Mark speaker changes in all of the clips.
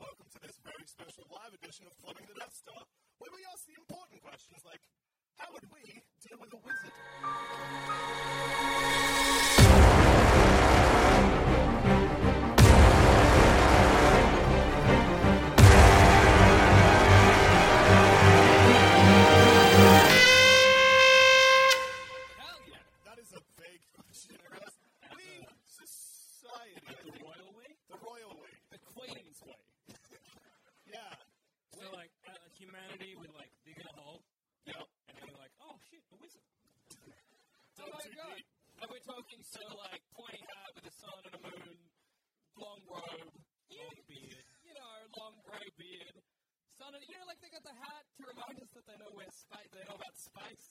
Speaker 1: Welcome to this very special live edition of Plumbing the Death Star, where we ask the important questions like, how would we deal with a wizard? Hell yeah, that is a big question. Russ. We society. The royal way. The royal way. The queen's way. yeah.
Speaker 2: So like uh, humanity would like dig in a hole,
Speaker 1: Yep.
Speaker 2: and then we're like, oh shit, a wizard.
Speaker 1: Oh my god.
Speaker 2: And we're talking so like pointy hat with a sun and a moon, long robe, long beard, you know, long grey beard. Sun and you know, like they got the hat to remind us that they know where space, they know about space.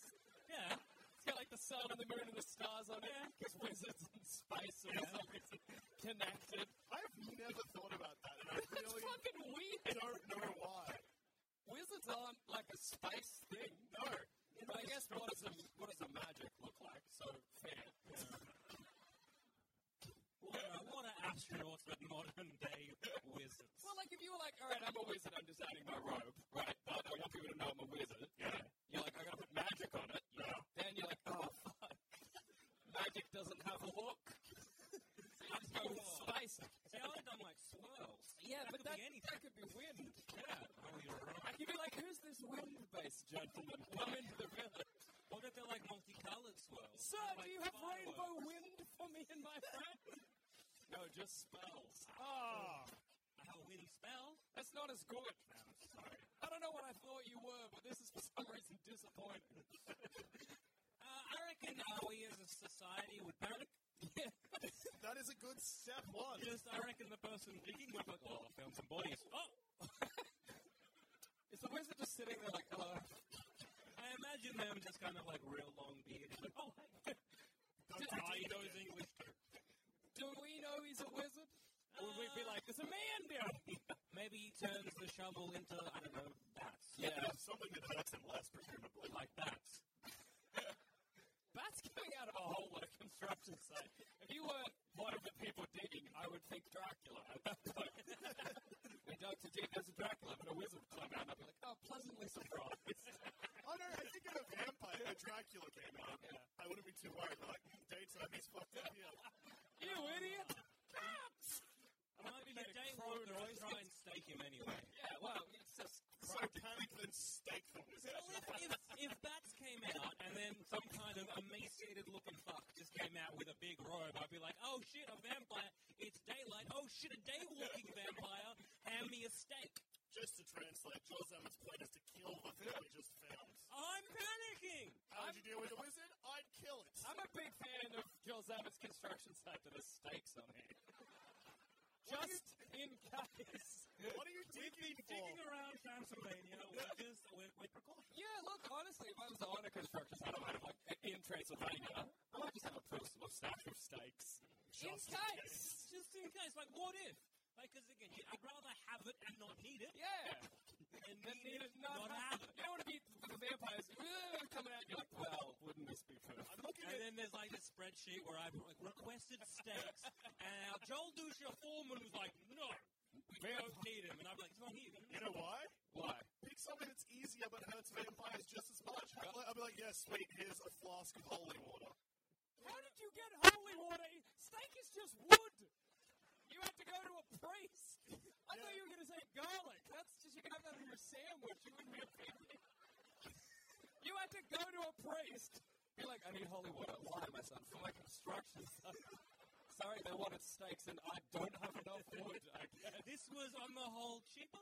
Speaker 2: Yeah. It's got like the sun and the moon and the stars on it, because wizards and space are for some reason connected.
Speaker 1: I've never thought about that. And I
Speaker 2: It's
Speaker 1: really
Speaker 2: fucking weird.
Speaker 1: don't know why.
Speaker 2: Wizards aren't like a space thing. No. But I guess what does a, what does a magic look like? So fair. what, are, what are astronauts but modern day wizards? Well, like if you were like, all right, I'm a wizard, I'm just adding my robe, right? But I don't want people to know I'm a wizard. Yeah. You're like, I gotta put magic on it. Yeah. Then you're like, oh fuck, magic doesn't have a look. So you just go with space. See, I would've done like swirls. Yeah, but that, that could be wind. Yeah. Oh, I could be like, who's this wind-based gentleman? Come into the village. What if they're like multicolored swirls? Sir, do you have rainbow wind for me and my friend? no, just spells. Oh. I have a wind spell? That's not as good. sorry. I don't know what I thought you were, but this is for some reason disappointing. uh, I reckon uh, we as a society would panic. Yeah.
Speaker 1: That is a good step one.
Speaker 2: Just, I reckon the person digging would be like, oh, I found some bodies. Oh! Is the wizard just sitting there like, hello? I imagine them just kind of like real long beard. Like, oh, hey. Just tie those English. Do we know he's a wizard? Or would we be like, there's a man down here? Maybe he turns the shovel into, I don't know, bats. Yeah, something that hurts him less, presumably. Like bats. Bats coming out of a hole at a construction site. If you were one of the people digging, I would think Dracula at that point. we dug to dig, there's a Dracula, but a wizard would climb out and I'd be like, oh, pleasantly surprised.
Speaker 1: Oh no, I think of a vampire. A Dracula came out. I wouldn't be too worried. Like daytime is fucked up here.
Speaker 2: you idiot! Bats! I might be your day one, they're always trying to stake him anyway. Yeah, well, it's just...
Speaker 1: So panic then stake the wizard.
Speaker 2: if, if bats came out and then some kind of emaciated looking fuck just came out with a big robe, I'd be like, oh shit, a vampire, it's daylight, oh shit, a day walking vampire, hand me a steak.
Speaker 1: Just to translate, Joel Salmon's plan is to kill the thing we just found.
Speaker 2: I'm panicking!
Speaker 1: How would you deal with a wizard? I'd kill it.
Speaker 2: I'm a big fan of Jill Zapp's construction site that has stakes on it. Just in case.
Speaker 1: What are you digging for?
Speaker 2: Digging around Transylvania with just with, with precaution. Yeah, look, honestly, if I was on a construction site, I might have, like, in Transylvania, I might just have a personal stash of stakes. in case! Just in case. Like, what if? Like, because again, you- I'd rather have it and not need it. Yeah! And need, it, not, have it. You don't want to be the vampires coming out, you're like, well, wouldn't this be perfect? I'm looking and then there's like this spreadsheet where I've like, requested stakes, and our Joel Dusha foreman was like, no, we don't need him. And I'm like, it's not here.
Speaker 1: You know why?
Speaker 2: Why?
Speaker 1: Pick something that's easier but hurts vampires just as much. I'll be- I'll be like, yes, sweet, here's a flask of holy water.
Speaker 2: How did you get holy water? Steak is just wood.
Speaker 3: that garlic. That's just, you can have that in your sandwich. You wouldn't be offended. You had to go to a priest. Be like, I need holy water. Why, my son? For my construction site. Sorry, they wanted steaks, and I don't have enough wood. I guess.
Speaker 4: This was on the whole cheaper.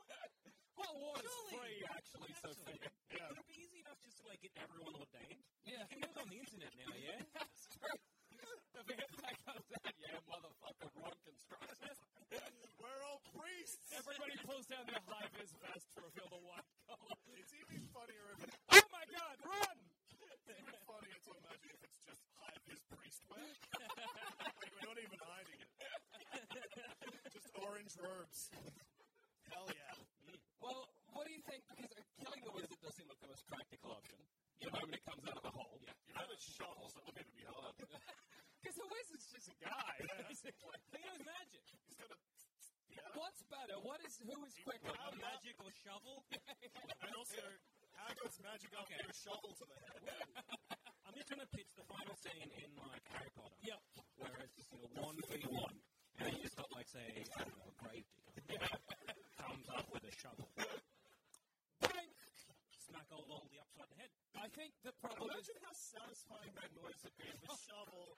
Speaker 3: Well, water's
Speaker 4: Surely.
Speaker 3: free, actually, so
Speaker 4: Actually.
Speaker 3: fair.
Speaker 4: It would be easy enough just to like get everyone ordained.
Speaker 3: Yeah.
Speaker 4: You can look on the internet now, yeah.
Speaker 3: That's true. If that comes out, yeah, motherfucker, wrong construction.
Speaker 2: We're all priests.
Speaker 3: Everybody pulls down their high vis vest to reveal the white collar.
Speaker 2: It's even funnier if it's
Speaker 3: Oh my god, run!
Speaker 2: even funnier to imagine if it's just hide this priest wear. like we're not even hiding it. just orange robes. Hell yeah.
Speaker 3: Well, what do you think? Because uh, killing the wizard does seem like the most practical option. You know, when it comes out of a hole. Yeah.
Speaker 2: You know the shovels that look at me hard.
Speaker 3: Because the wizard's just a guy, basically.
Speaker 4: They know magic.
Speaker 2: He's got a
Speaker 3: What's better? What is who is quicker?
Speaker 2: How
Speaker 4: A magic or shovel.
Speaker 2: and also how goes magic after a shovel to the head?
Speaker 4: I'm just trying to pitch the final scene in like Harry Potter.
Speaker 3: Yep.
Speaker 4: Where it's just you know, one v one, and then you just got like say I don't know, a grave digger comes up with a shovel, smack old Aldi upside the head.
Speaker 3: I think the problem is
Speaker 2: Imagine how satisfying that noise would be if a shovel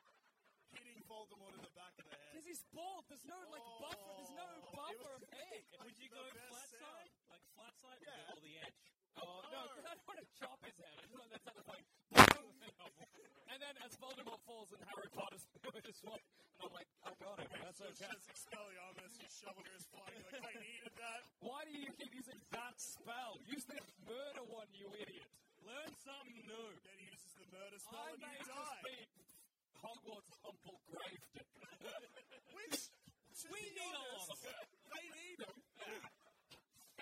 Speaker 2: hitting Voldemort in the back of the head.
Speaker 3: because he's bald. There's no like buffer. There's no
Speaker 2: Oh, it
Speaker 3: buffer
Speaker 2: was-
Speaker 3: of hair.
Speaker 4: Would you
Speaker 2: The
Speaker 4: go
Speaker 2: best
Speaker 4: flat
Speaker 2: sound.
Speaker 4: side? Like flat side
Speaker 2: Yeah.
Speaker 4: or the edge?
Speaker 3: Oh, no, because I don't want to chop his head. I just want that sound of like, and then as Voldemort falls and Harry Potter's just one, and I'm like, I got it, that's
Speaker 2: So
Speaker 3: okay.
Speaker 2: just Expelliarmus, your shovel goes flying. You're Like I needed that.
Speaker 3: Why do you keep using that spell? Use the murder one, you idiot.
Speaker 4: Learn something new.
Speaker 2: Then he uses the murder spell
Speaker 3: I
Speaker 2: and
Speaker 3: may
Speaker 2: you
Speaker 3: just
Speaker 2: die.
Speaker 3: be Hogwarts humble gravedigger.
Speaker 2: Which to
Speaker 4: We
Speaker 2: be
Speaker 4: need a lot
Speaker 2: honest,
Speaker 4: of them.
Speaker 3: they need him.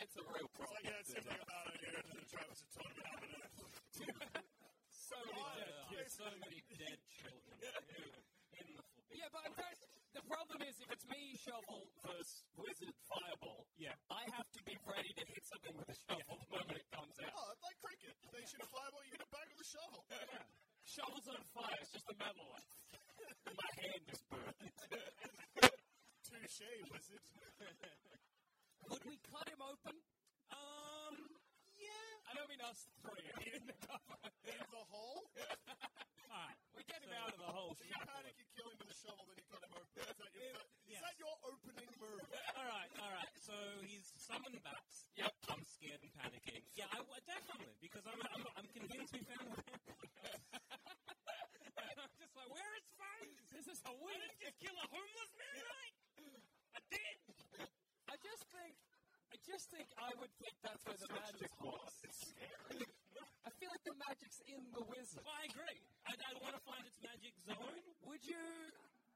Speaker 3: It's a real
Speaker 2: It's like
Speaker 3: problem.
Speaker 2: yeah, it's simply a bad idea and then Travis had talked about it.
Speaker 3: So many
Speaker 2: Yeah,
Speaker 3: dead
Speaker 4: There
Speaker 3: kids.
Speaker 4: are so many dead children in the forbidden.
Speaker 3: Yeah, but in fact, the problem is if it's me, shovel versus wizard, fireball.
Speaker 4: Yeah.
Speaker 3: I have to be ready to hit something with a shovel the moment it comes out.
Speaker 2: Oh, it's like cricket. They shoot a fireball, you hit it back with a shovel.
Speaker 3: Shovel's on fire. It's just a metal one. My hand is burned.
Speaker 2: Touche, wizard.
Speaker 3: Would we cut him open?
Speaker 4: Um, yeah.
Speaker 3: I don't mean us three. I mean the cover.
Speaker 2: In the hole?
Speaker 4: Alright.
Speaker 3: We get him out of the hole.
Speaker 2: So you panic, you kill him with a shovel, then you cut him open. Is that your, is that your opening move?
Speaker 4: Alright, alright. So he's summoned back.
Speaker 3: Yep.
Speaker 4: I'm scared and panicking. Yeah, I, w- definitely, because I'm, I'm, I'm convinced we found the
Speaker 3: I'm just like, where is Frank? This is
Speaker 4: I
Speaker 3: a weird.
Speaker 4: didn't just kill a homeless man, right? I did!
Speaker 3: I just think. I just think I would think that's where the magic was. I feel like the magic's in the wizard.
Speaker 4: Well, I agree. I, I want to find its magic zone.
Speaker 3: Would you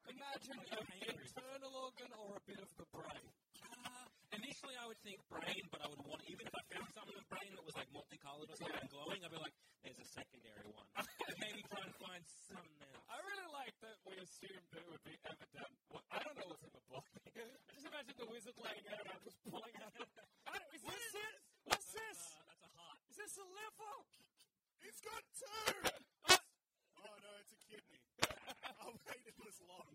Speaker 3: imagine an internal organ or a bit of the brain?
Speaker 4: Uh, initially, I would think brain, but I would want, even if I found something with brain that was like multicolored or something glowing, I'd be like, there's a secondary one. and maybe try and find something else.
Speaker 3: I really like that we assumed that it would be evident. What, I don't know what's in the book. I just imagine the wizard laying out and just pulling out. I don't- Is
Speaker 4: What
Speaker 3: this
Speaker 4: is
Speaker 3: it?
Speaker 4: this?
Speaker 3: What's this?
Speaker 4: Uh, that's a heart.
Speaker 3: Is this a liver?
Speaker 2: He's got two! oh no, it's a kidney. I waited this long.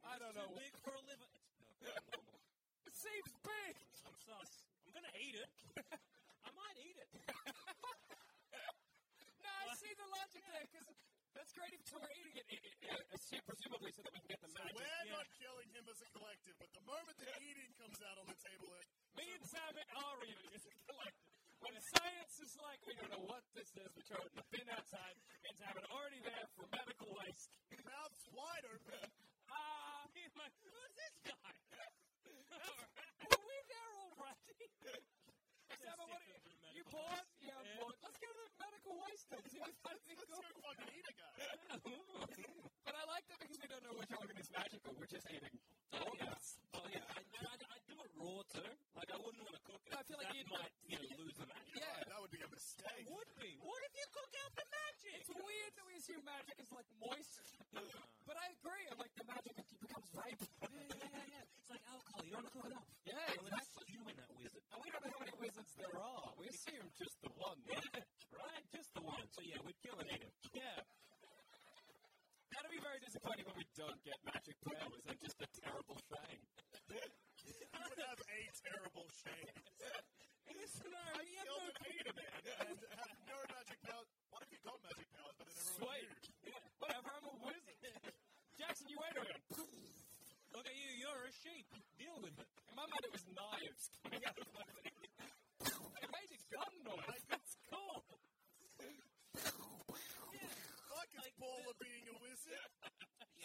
Speaker 3: I don't know.
Speaker 4: Too big for a liver. It's not normal.
Speaker 3: It seems big.
Speaker 4: I'm sus. I'm gonna eat it. I might eat it.
Speaker 3: No, I see the logic there because that's great if we're eating it, it, it, it, it, presumably so that we can get the magic.
Speaker 2: We're
Speaker 4: yeah.
Speaker 2: not killing him as a collective, but the moment the eating comes out on the table, it,
Speaker 3: Me and Sam are eating as a collective. When science is like, we don't know what this is, we throw it in the bin outside, and have it already there for medical waste.
Speaker 2: mouth's wide open.
Speaker 3: Ah,
Speaker 4: Me and my- Who's this guy?
Speaker 3: were we there already? Sam,
Speaker 4: Let's
Speaker 3: what
Speaker 4: stick them through
Speaker 3: you
Speaker 4: medical
Speaker 3: bored?
Speaker 4: waste.
Speaker 3: Yeah, I'm
Speaker 4: Yeah.
Speaker 3: bored. Let's go to the medical waste then, see if that's
Speaker 2: Let's
Speaker 3: cool.
Speaker 2: go fucking eat a guy.
Speaker 3: But I like that because we don't know which organ is magical, which is eating.
Speaker 4: Oh yeah, oh yeah. I, I, I do it raw too. Like I wouldn't want to cook it.
Speaker 3: I feel like
Speaker 4: that
Speaker 3: you'd-
Speaker 4: might you know lose the magic.
Speaker 3: Yeah.
Speaker 2: That would be a mistake.
Speaker 4: would be. What if you cook out the magic? Uh-huh.
Speaker 3: It's weird that we assume magic is like moist, but I agree. I'm like the magic becomes
Speaker 4: yeah,
Speaker 3: vapor.
Speaker 4: yeah, yeah, yeah. It's like alcohol. You don't want to cook it up.
Speaker 3: Yeah,
Speaker 4: Well, it's
Speaker 3: exactly.
Speaker 4: you and that wizard.
Speaker 3: And we don't know how many wizards there are. We assume just the one. right?
Speaker 4: Right, just the one. So yeah, we'd kill and eat it.
Speaker 3: yeah. That'll be very disappointing when we don't get magic powers and just a terrible thing.
Speaker 2: You would have eight
Speaker 3: hell with it. In my mind, it was knives coming out of my thing. it made a gun noise. That's cool.
Speaker 2: Fuck is Bola being a wizard?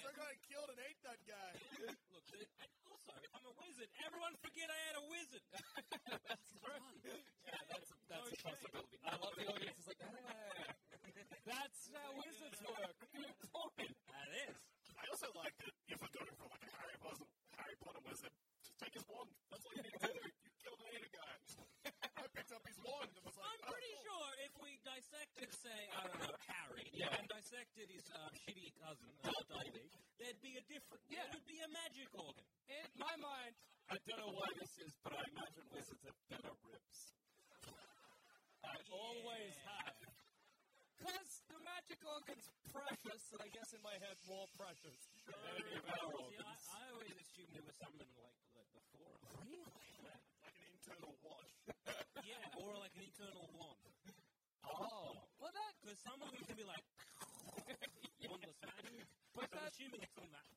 Speaker 2: Some guy killed and ate that guy.
Speaker 4: Look, dude, and also, I'm a wizard. Everyone forget I had a wizard. that's fun. Yeah, that's,
Speaker 3: That's a possibility. I love the audience. It's like,
Speaker 4: "Ah,
Speaker 3: "Yeah." That's how wizards work. Good point.
Speaker 4: That is.
Speaker 2: I also like that if I go for like a Harry Potter, Harry Potter wizard, just take his wand. That's all you need to do. You killed and ate a guy. I picked up his wand and was like,
Speaker 4: I'm pretty sure if we dissected, say, I don't know, Harry, and dissected his uh, shitty cousin, uh, Davy, there'd be a different. Yeah. It would be a magic organ.
Speaker 3: In my mind, I don't know why this is, but I imagine wizards have better ribs. I always have. Because the magic organ's precious, and I guess in my head, more precious than any of our
Speaker 4: See, I,
Speaker 3: organs.
Speaker 4: I always assumed there was something like, like the forearm.
Speaker 2: like an internal watch.
Speaker 4: Yeah, or like an eternal wand.
Speaker 3: Oh. Well, that,
Speaker 4: Because some of them can be like, wandless magic.
Speaker 3: but
Speaker 4: I'm
Speaker 3: that,
Speaker 4: assuming it's on that.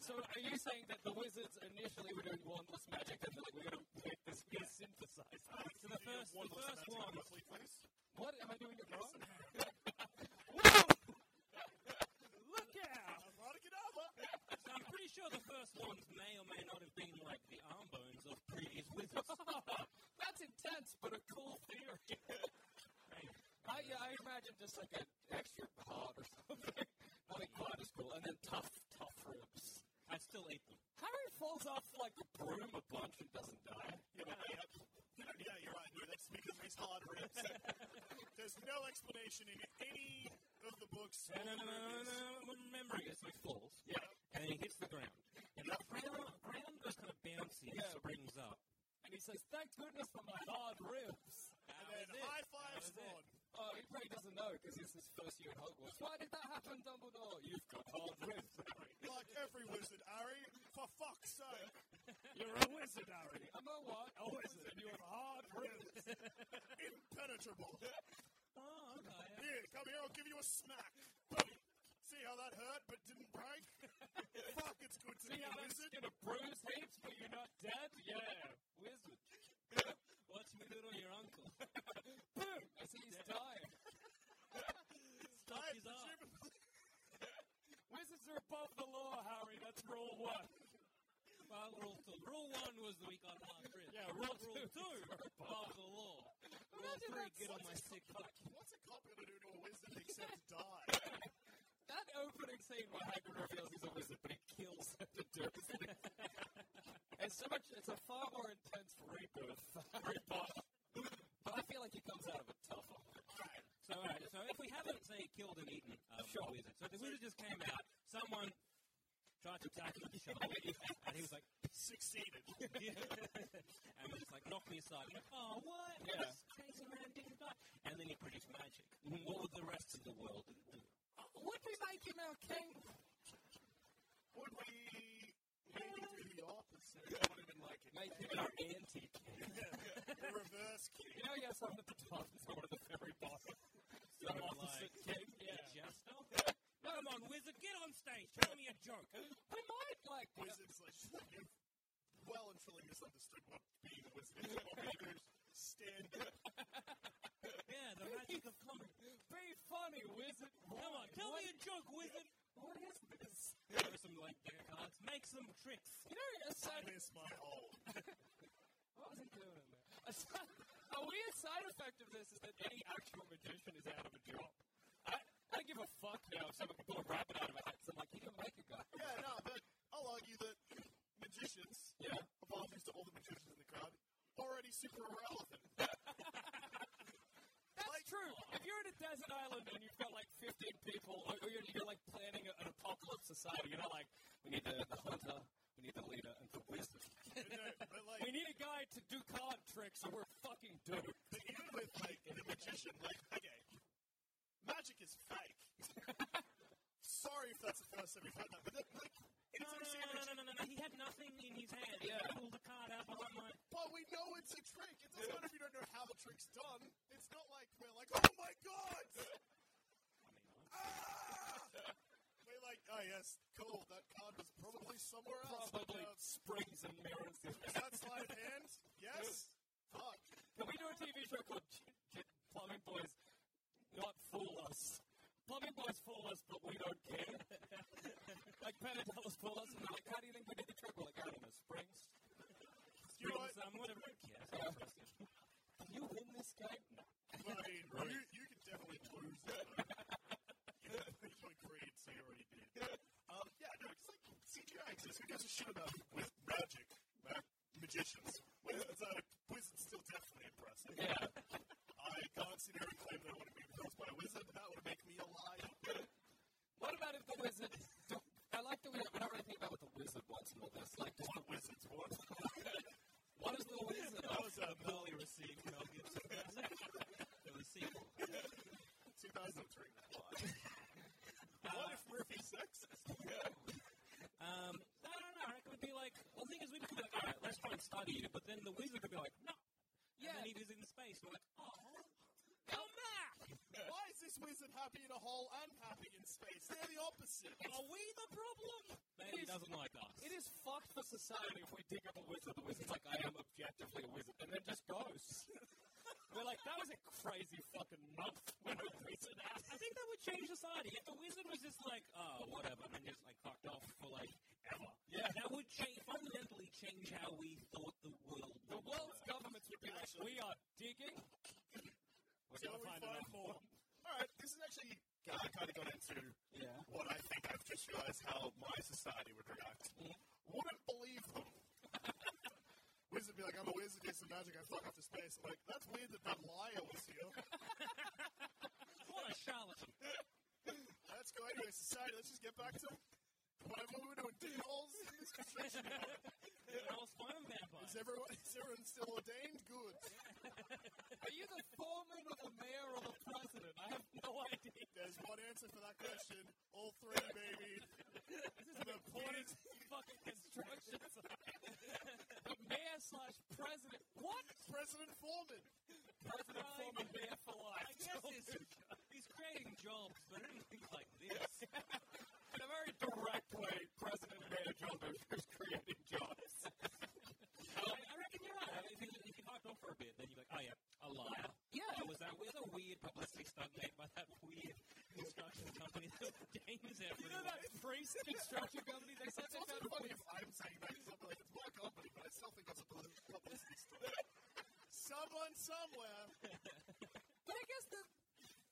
Speaker 3: so are you saying that the wizards initially were doing wandless magic, and they're like, we're going to make this be synthesized?
Speaker 4: So the first, the first one.
Speaker 3: What, am I doing it wrong?
Speaker 4: Look out!
Speaker 2: Abracadabra!
Speaker 4: So I'm pretty sure the first ones may or may not have been like the arm bones of previous wizards.
Speaker 3: That's intense, but a cool theory. I, yeah, I imagine just like an extra heart or something. Nothing quite as cool. And then tough, tough ribs.
Speaker 4: I still eat them.
Speaker 3: Harry falls off like a broom a bunch and doesn't die.
Speaker 2: Yeah, but yeah, yeah, you're right. No, that's because of his hard ribs. There's no explanation in any of the books.
Speaker 4: No, no, no, no, no, no. Remembering this, he falls.
Speaker 3: Yeah.
Speaker 4: And he hits the ground. And the ground, ground goes kind of bouncy and
Speaker 3: Yeah.
Speaker 4: springs up.
Speaker 3: And he says, thank goodness for my hard ribs.
Speaker 2: And then high five Spawn.
Speaker 3: Oh, he probably doesn't know because it's his first year at Hogwarts. Why did that happen, Dumbledore? You've got hard ribs, Harry.
Speaker 2: Like every wizard, Ari. For fuck's sake.
Speaker 3: You're a wizard, Harry. Am I what? A wizard. You have hard ribs.
Speaker 2: Impenetrable.
Speaker 4: Oh, okay.
Speaker 2: Here, come here, I'll give you a smack. See how that hurt but didn't break? Fuck, it's good to be
Speaker 3: Yeah,
Speaker 2: a
Speaker 3: that's
Speaker 2: wizard.
Speaker 3: gonna bruise heaps, but you're not dead? Yeah, wizard.
Speaker 4: Watch me do it on your uncle.
Speaker 3: Boom! I see he's dying.
Speaker 4: Stop his arm.
Speaker 2: I presumably-
Speaker 3: Wizards are above the law, Harry. That's rule one.
Speaker 4: Well, rule two. Rule one was that we got hard ribs.
Speaker 3: Yeah,
Speaker 4: rule,
Speaker 3: rule
Speaker 4: rule
Speaker 3: two.
Speaker 4: two. Above the law. Rule
Speaker 3: Imagine
Speaker 4: three,
Speaker 3: that's
Speaker 4: get on
Speaker 3: such
Speaker 4: my
Speaker 3: a
Speaker 4: sick
Speaker 3: cop-
Speaker 4: fuck.
Speaker 2: What's a cop gonna do to a wizard except die?
Speaker 3: That opening scene where Hagrid reveals he's a wizard, but he kills him to do it. It's so much. It's a far more intense rebirth, for Harry Potter. But I feel like he comes out of it tougher.
Speaker 4: So, alright, so if we haven't, say, killed and eaten um, a wizard, so if the wizard just came out, someone tried to attack him with a shovel, and he was like,
Speaker 2: Succeeded.
Speaker 4: and was just like, knock me aside. He's like, oh, what?
Speaker 3: Yeah.
Speaker 4: This crazy man didn't die. And then he produced magic. What would the rest of the world do?
Speaker 3: Would we make him our king?
Speaker 2: Would we maybe do the opposite? I would have been like,
Speaker 3: Make him our anti-king.
Speaker 2: the reverse key.
Speaker 3: You know, yes, I'm at the top. It's one of the very bottom. So
Speaker 4: Sort of
Speaker 3: opposite
Speaker 4: like,
Speaker 3: king. Yeah.
Speaker 4: Jester? Come on, wizard, get on stage. Tell me a joke.
Speaker 3: We might like
Speaker 2: Wizards like you've well and truly misunderstood what being a wizard is. What we do is stand up.
Speaker 4: Yeah, the magic of comedy.
Speaker 3: be funny, wizard.
Speaker 4: Come on, tell
Speaker 3: what,
Speaker 4: me a joke, wizard.
Speaker 3: what is this?
Speaker 4: Throw some like deck cards. Make some tricks.
Speaker 3: You know, aside,
Speaker 2: Miss my hole.
Speaker 3: what was he doing in there? Aside, a weird side effect of this is that any actual magician is out of a job. I, I don't give a fuck now if someone can pull a rabbit out of a hat. 'cause I'm like, he can make a guy.
Speaker 2: Yeah, no, but I'll argue that magicians,
Speaker 3: Yeah.
Speaker 2: apologies to all the magicians in the crowd, Oh, already super irrelevant.
Speaker 3: That's true. If you're in a desert island and you've got like 15 people, or or you're, you're like planning a, an apocalypse society, you're not like, we need the, the hunter, we need the leader, and the wizard.
Speaker 2: no, but like,
Speaker 3: we need a guy to do card tricks, and we're fucking doomed.
Speaker 2: but even with like the magician, like, okay, magic is fake. Sorry if that's the first time we've had that, but that, like, it's
Speaker 4: No, no,
Speaker 2: actually a
Speaker 4: no, no,
Speaker 2: trick.
Speaker 4: no, no, no. He had nothing in his hand.
Speaker 3: Yeah.
Speaker 4: He pulled a card out behind my.
Speaker 2: But we know it's a trick. It doesn't matter if you don't know how the trick's done. It's not like we're like, oh my god! Ah! We're like, oh yes, cool. That card was probably somewhere else.
Speaker 3: Probably
Speaker 2: Uh,
Speaker 3: springs and mirrors. but we don't care. like Penadol's pull us and they're like, how do you think we did the trick? We're like, I don't know, springs.
Speaker 2: You know what?
Speaker 4: Some whatever it cares.
Speaker 3: Can you win this game? No.
Speaker 2: Well, I mean, you, you can definitely lose that. you know, you were great, so you already did. Um, yeah, no, it's like CGI exists. Who gives a shit about with magic? Right? Magicians. Wizards, uh, wizards still definitely impressive. Yeah. I can't sit here and claim that I want to be impressed by a wizard. That would make me a liar.
Speaker 3: What about if the wizard? I like the wizard. We're not really thinking about what the wizard wants and all this. Like, just
Speaker 2: what wizards want?
Speaker 3: what is the wizard?
Speaker 2: that was um,
Speaker 4: Poorly received Mel Gibson. it was sequel.
Speaker 2: 2003. That line. what if Murphy's sexist?
Speaker 4: Um, I don't know. It could be like, well, the thing is, we could be like, all right, let's try and study it, but then the wizard could be like, no. Yeah. And then he was in space. We're like, oh, come back.
Speaker 2: Why is this wizard happy in a hole and happy in space? They're the opposite.
Speaker 4: Are we the problem? Maybe he doesn't like us.
Speaker 3: It is fucked for society if we dig up a wizard. The wizard's like, I am objectively a wizard, and then just goes. We're like, that was a crazy fucking month when a wizard
Speaker 4: I
Speaker 3: asked.
Speaker 4: think that would change society. If the wizard was just like, oh, whatever, and just like fucked off for like ever, yeah, that would change fundamentally change how we thought the world.
Speaker 3: The world's governments would be like, we are digging. We're
Speaker 2: Till we find more. All right, this is actually I kind of got into what I think I've just realized how my society would react. Wouldn't believe them. wizard be like, I'm a wizard, do some magic, I fuck off to space. I'm like, that's weird that that liar was here.
Speaker 4: What a charlatan!
Speaker 2: Let's go anyway, society, let's just get back to whatever we were doing, digging holes in this construction.
Speaker 4: I was fine vampire.
Speaker 2: is, everyone, is everyone still ordained? Good.
Speaker 3: Are you the foreman or the mayor or the president? I have no idea.
Speaker 2: There's one answer for that question. All three, baby. this is the important
Speaker 3: fucking construction site. the mayor slash president. What?
Speaker 2: President Foreman.
Speaker 3: President Foreman mayor for life.
Speaker 4: I guess he's, he's creating jobs, but anything like this.
Speaker 3: in a very direct way, President Mayor John Bush is creating jobs.
Speaker 4: I, I reckon you're right. I mean, if you- if you hyped on for a bit, then you're like, oh yeah, a liar. Yeah. Oh, was that was a weird publicity stunt made by that weird construction company that games everywhere?
Speaker 3: You know that priest construction company that said
Speaker 2: It's also funny if I'm saying that because I'm like, it's my company, but I still think that's a publi- publicity stunt. Someone somewhere.
Speaker 3: But I guess the,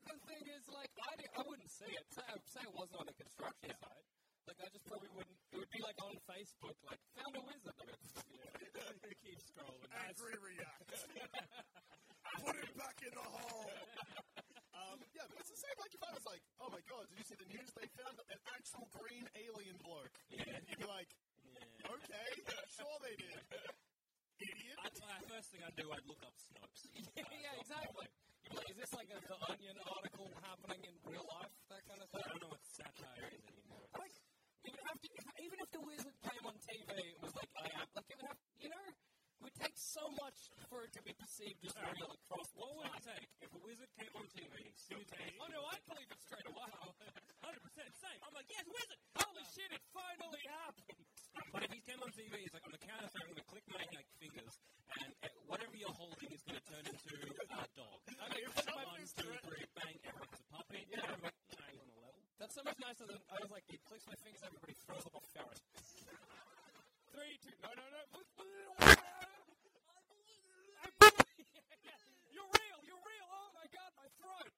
Speaker 3: the thing is, like, I, di- I wouldn't say it. Say, say it wasn't on the construction site. Like, I just probably wouldn't. It would be like on Facebook, like, found a wizard. I mean, keep scrolling.
Speaker 2: Angry react. Put it back in the hole. Um, yeah, but it's the same. Like if I was like, "Oh my god, did you see the news? They found an actual green alien bloke." You'd be like, "Okay, sure they did." Idiot.
Speaker 4: I'd, uh, first thing I'd do, I'd look up Snopes.
Speaker 3: yeah, yeah, exactly. You're like, is this like a, the Onion article happening in real life? That kind of
Speaker 4: I
Speaker 3: thing.
Speaker 4: don't know what satire is anymore.
Speaker 3: Like, it would have to, even if the wizard came on TV and was like, I am, like, it would have, you know, it would take so much for it to be perceived as real across.
Speaker 4: What would it take if a wizard came on TV? simultaneously-
Speaker 3: Oh no, I believe it straight away.
Speaker 4: 100% same. I'm like, yes, wizard!
Speaker 3: Holy shit, it finally happened.
Speaker 4: But if he came on TV, he's like, on the count of three, I'm going to click my like, fingers, and uh, whatever you're holding is going to turn into a dog. Okay, one,
Speaker 2: someone's
Speaker 4: two,
Speaker 2: threat-
Speaker 4: three, bang, everyone's a puppet. Yeah. Everyone, you know, on a level.
Speaker 3: That's so much nicer than, I was like, it clicks my fingers, everybody throws up a ferret. Three, two, no, no, no. you're real, you're real. Oh my god, my throat.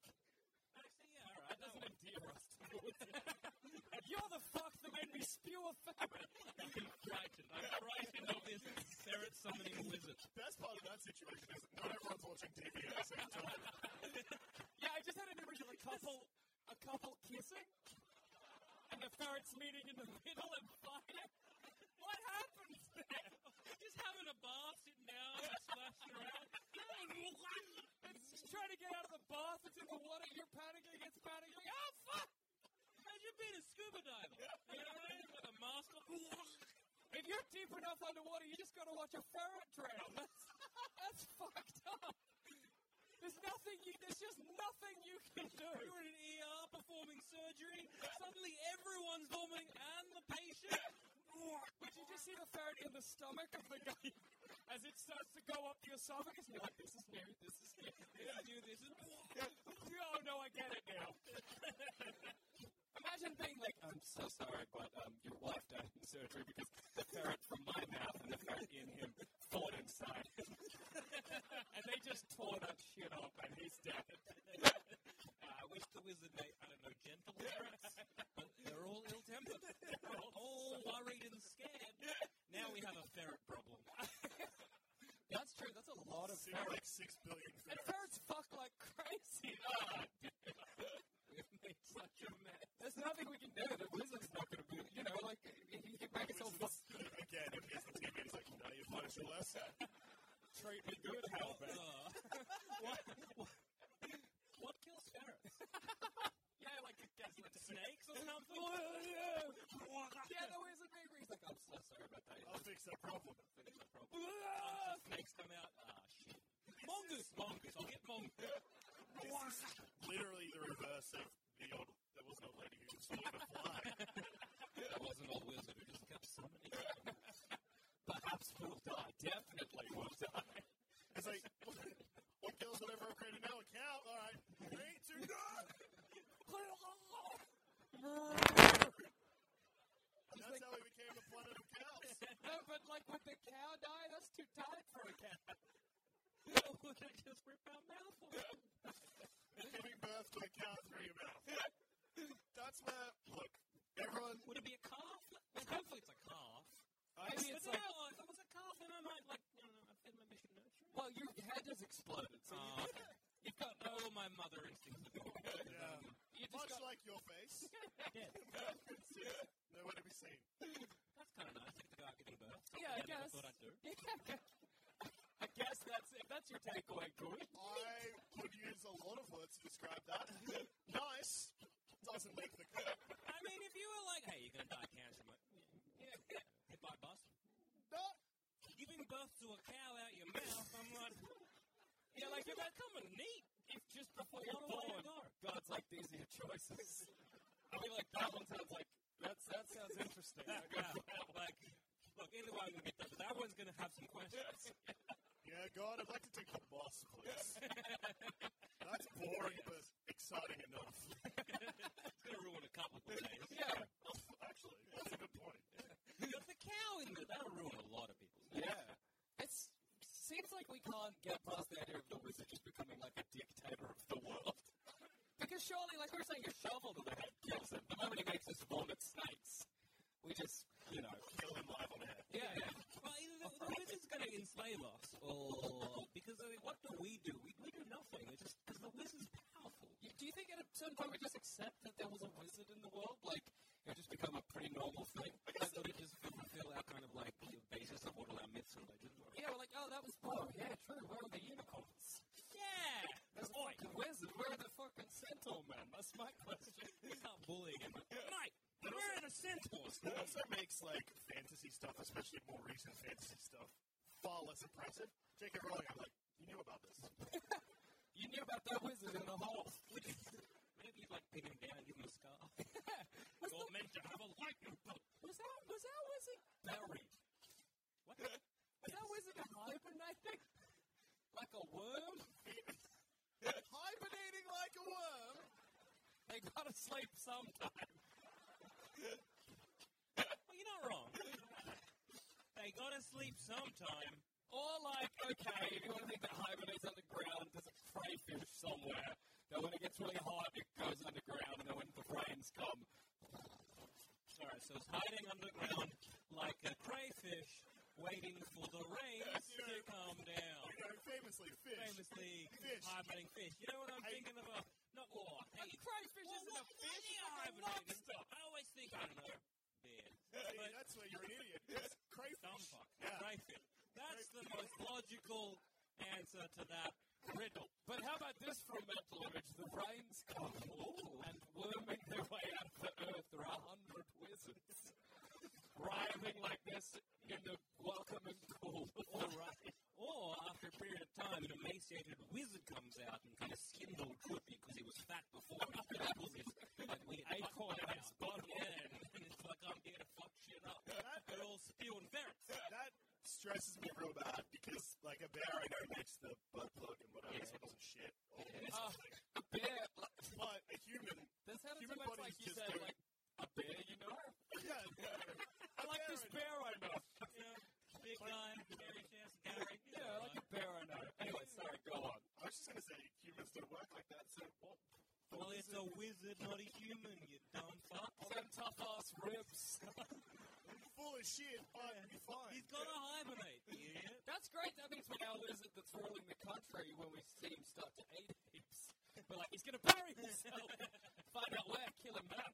Speaker 4: Actually, yeah, alright.
Speaker 3: That doesn't endear us to the wizard. You're the fuck that made me spew a ferret.
Speaker 4: I'm frightened. I'm frightened of this ferret summoning wizard.
Speaker 2: Best part of that situation is not everyone's watching TV at the same time.
Speaker 3: Yeah, I just had an image of a couple, a couple kissing, and the ferrets meeting in the middle and fighting. What happens there?
Speaker 4: Just having a bar, sitting down, splashing around.
Speaker 3: It's just trying to get out of the bath. It's in the water. You're panicking. It's panicking. Oh fuck!
Speaker 4: How'd you been a scuba diver? You know what I mean? With a mask on.
Speaker 3: If you're deep enough underwater, you just gotta watch a ferret drown. That's, that's fucked up. There's nothing. You, there's just nothing you can do.
Speaker 4: You're in an ER performing surgery. Suddenly everyone's vomiting and the patient.
Speaker 3: Would you just see the ferret in the stomach of the guy as it starts to go up the esophagus? You're like, this is new, this is new, this is new, this is Oh no, I get it now. Imagine imagine being like, I'm so sorry, but um, your wife died in surgery because the ferret from my mouth and the ferret in him fought inside. and they just tore that shit up, and he's dead.
Speaker 4: Uh, I wish the wizard made, I don't know, gentle threats, but they're all ill tempered. They're all worried and scared. Now we have a ferret problem.
Speaker 3: That's true. That's a lot of
Speaker 2: See,
Speaker 3: ferrets.
Speaker 2: like six billion
Speaker 3: And
Speaker 2: ferrets.
Speaker 3: ferrets fuck like crazy. We've made such a mess. There's nothing we can do. The wizard's not going to be, you know, like, if you can make it so fuck.
Speaker 2: Again, it is the TV. It's like, now you punish your lesson.
Speaker 3: Treat me good, hell. what, what, what kills ferrets? yeah, like, guess what, snakes or something?
Speaker 2: Oh,
Speaker 3: yeah, the wizard maybe he's like, I'm so sorry about that.
Speaker 2: I'll fix that problem.
Speaker 3: Finish that problem. Ah, snakes come out. Ah, shit. Mongoose, mongoose. I'll get mongoose.
Speaker 2: Literally the reverse of the old. There was an old lady who just flew in a fly.
Speaker 3: That was an old wizard who just kept summoning. Perhaps we'll die. Definitely we'll die.
Speaker 2: It's like, what kills whatever I'm creating now? A cow? All right. Three, two, go! That's how we became the planet of cows.
Speaker 3: no, but like when the cow died, that's too tight for a cow. Would it just rip our mouth off?
Speaker 2: Giving birth to a cow through your mouth. That's where, look, everyone,
Speaker 4: Would it be a calf? Well, hopefully it's a calf.
Speaker 2: I,
Speaker 4: Maybe
Speaker 2: it's
Speaker 4: it's
Speaker 2: like,
Speaker 4: like, oh, if it was a calf, then I might, like, you know, I fed my mission nurture.
Speaker 3: Well, your head has exploded, so
Speaker 4: Oh,
Speaker 3: you-
Speaker 4: okay. You've got all my mother instincts.
Speaker 2: yeah,
Speaker 3: you just
Speaker 2: much
Speaker 3: got
Speaker 2: like your face,
Speaker 4: Dead.
Speaker 2: nowhere to be seen.
Speaker 4: That's kind of nice. Like the guy giving birth. Something
Speaker 3: Yeah, I
Speaker 4: never
Speaker 3: guess.
Speaker 4: thought I'd do.
Speaker 3: I guess that's if that's your takeaway, good.
Speaker 2: Oh, I would use a lot of words to describe that. nice doesn't make the cut.
Speaker 4: I mean, if you were like, hey, you're going to die of cancer, I'm like, yeah, yeah, hit by a bus.
Speaker 2: No,
Speaker 4: Giving birth to a cow out your mouth, I'm like, yeah, like, you're about coming neat.
Speaker 3: If just
Speaker 4: What
Speaker 3: before you're
Speaker 4: a way to
Speaker 3: born,
Speaker 4: go.
Speaker 3: God's like, these are your choices. I mean, like that one sounds like that's that sounds interesting. Like,
Speaker 4: Yeah, like, look, either way I'm going to get that, but that one's going to have some questions.
Speaker 2: Yeah, God, I'd like to take the boss, please. That's boring, but exciting enough.
Speaker 4: It's going to ruin a couple of days.
Speaker 3: yeah,
Speaker 2: Actually, that's a good point.
Speaker 4: Got the cow in there. That'll ruin a lot of people.
Speaker 3: yeah. It seems like we can't get past the idea of the wizard just becoming like a dictator of the world. Because surely, like we were saying, a shovel to the head kills him. The moment he makes us vomit snakes, we just, you know,
Speaker 2: Kill him live on air.
Speaker 3: yeah, yeah.
Speaker 4: Well, either the, the wizard's going to enslave us, or because I mean, what do we do? We, we do nothing. It's just because the wizard's powerful.
Speaker 3: Y- Do you think at a certain point we just accept that there was a wizard in the world? Like, it would just become a pretty normal thing?
Speaker 4: Like, that we just fulfill our kind of like the basis of all our myths and legends. Or,
Speaker 3: Yeah, we're like, oh, that was Poe. Yeah, true. Where are the unicorns?
Speaker 4: yeah,
Speaker 3: There's a fucking wizard. Where are the fucking centaur men? That's my question.
Speaker 4: we can't bully him. Mate, where are the centaurs?
Speaker 2: It also makes, like, fantasy stuff, especially more recent fantasy stuff, far less impressive. J.K. Rowling, I'm like, you knew about this.
Speaker 3: You knew about that wizard in the hole.
Speaker 4: Maybe you'd like pin him down and give him a scar. You're meant to have a lightning bolt.
Speaker 3: Was that, was that wizard buried?
Speaker 4: What?
Speaker 3: Was that wizard hibernating? Like a worm?
Speaker 2: Hibernating like a worm.
Speaker 3: They gotta sleep sometime.
Speaker 4: Well, you're not wrong. they gotta sleep sometime.
Speaker 3: Or like, okay, if you want to think that hibernates on the ground, there's a crayfish somewhere that when it gets really hot, it goes underground, and then when the rains come,
Speaker 4: Sorry, so it's hiding underground like a crayfish, waiting for the rains to come down.
Speaker 2: You know, famously, fish.
Speaker 4: Famously
Speaker 2: Fish.
Speaker 4: hibernating fish. You know what I'm thinking of? A, not oh, hey,
Speaker 3: crayfish
Speaker 4: well,
Speaker 3: isn't a
Speaker 4: what, what are
Speaker 3: fish, it's a
Speaker 4: hibernating?
Speaker 3: lobster.
Speaker 4: I always think I don't know. Bears.
Speaker 2: See,
Speaker 4: But
Speaker 2: that's where you're an idiot. It's
Speaker 4: dumb
Speaker 2: crayfish.
Speaker 4: fuck.
Speaker 2: Yeah.
Speaker 4: Crayfish. That's the most logical answer to that riddle.
Speaker 3: But how about this for a mental image? The rains come and worming their way out of the earth. There are a hundred wizards rhyming like this in the welcome and call of the rain.
Speaker 4: Or after a period of time, an emaciated wizard comes out and kind of skindled could be because he was fat before. and after that was his, like we
Speaker 3: acorn
Speaker 4: acorn
Speaker 3: out
Speaker 4: out
Speaker 3: his
Speaker 4: bottom end, and it's like I'm here to fuck shit up. They're all spewing ferrets.
Speaker 2: That stresses me real bad because, like, a bear I know makes the butt plug and whatever, so it doesn't shit.
Speaker 4: Ah,
Speaker 3: Uh, a bear, like,
Speaker 2: But a human,
Speaker 3: That sounded so
Speaker 2: Human
Speaker 3: much
Speaker 2: bodies
Speaker 3: like you
Speaker 2: just
Speaker 3: said,
Speaker 2: don't-
Speaker 3: like that bear you know?
Speaker 4: I like this bear I know. yeah, big guy, hairy chest, Gary.
Speaker 3: Yeah, I like a bear I know. Anyway, sorry, go on.
Speaker 2: I was just going to say humans don't work like that. So what?
Speaker 4: Well, it's a wizard, not a human, you dumb fuck.
Speaker 3: Some tough ass ribs.
Speaker 2: You're full of shit, but you're fine.
Speaker 4: He's gonna hibernate. Yeah.
Speaker 3: That's great. That means we're now a lizard that's ruling the country when we see him start to eat heaps. We're like, he's going to bury himself. Find out where, kill him now.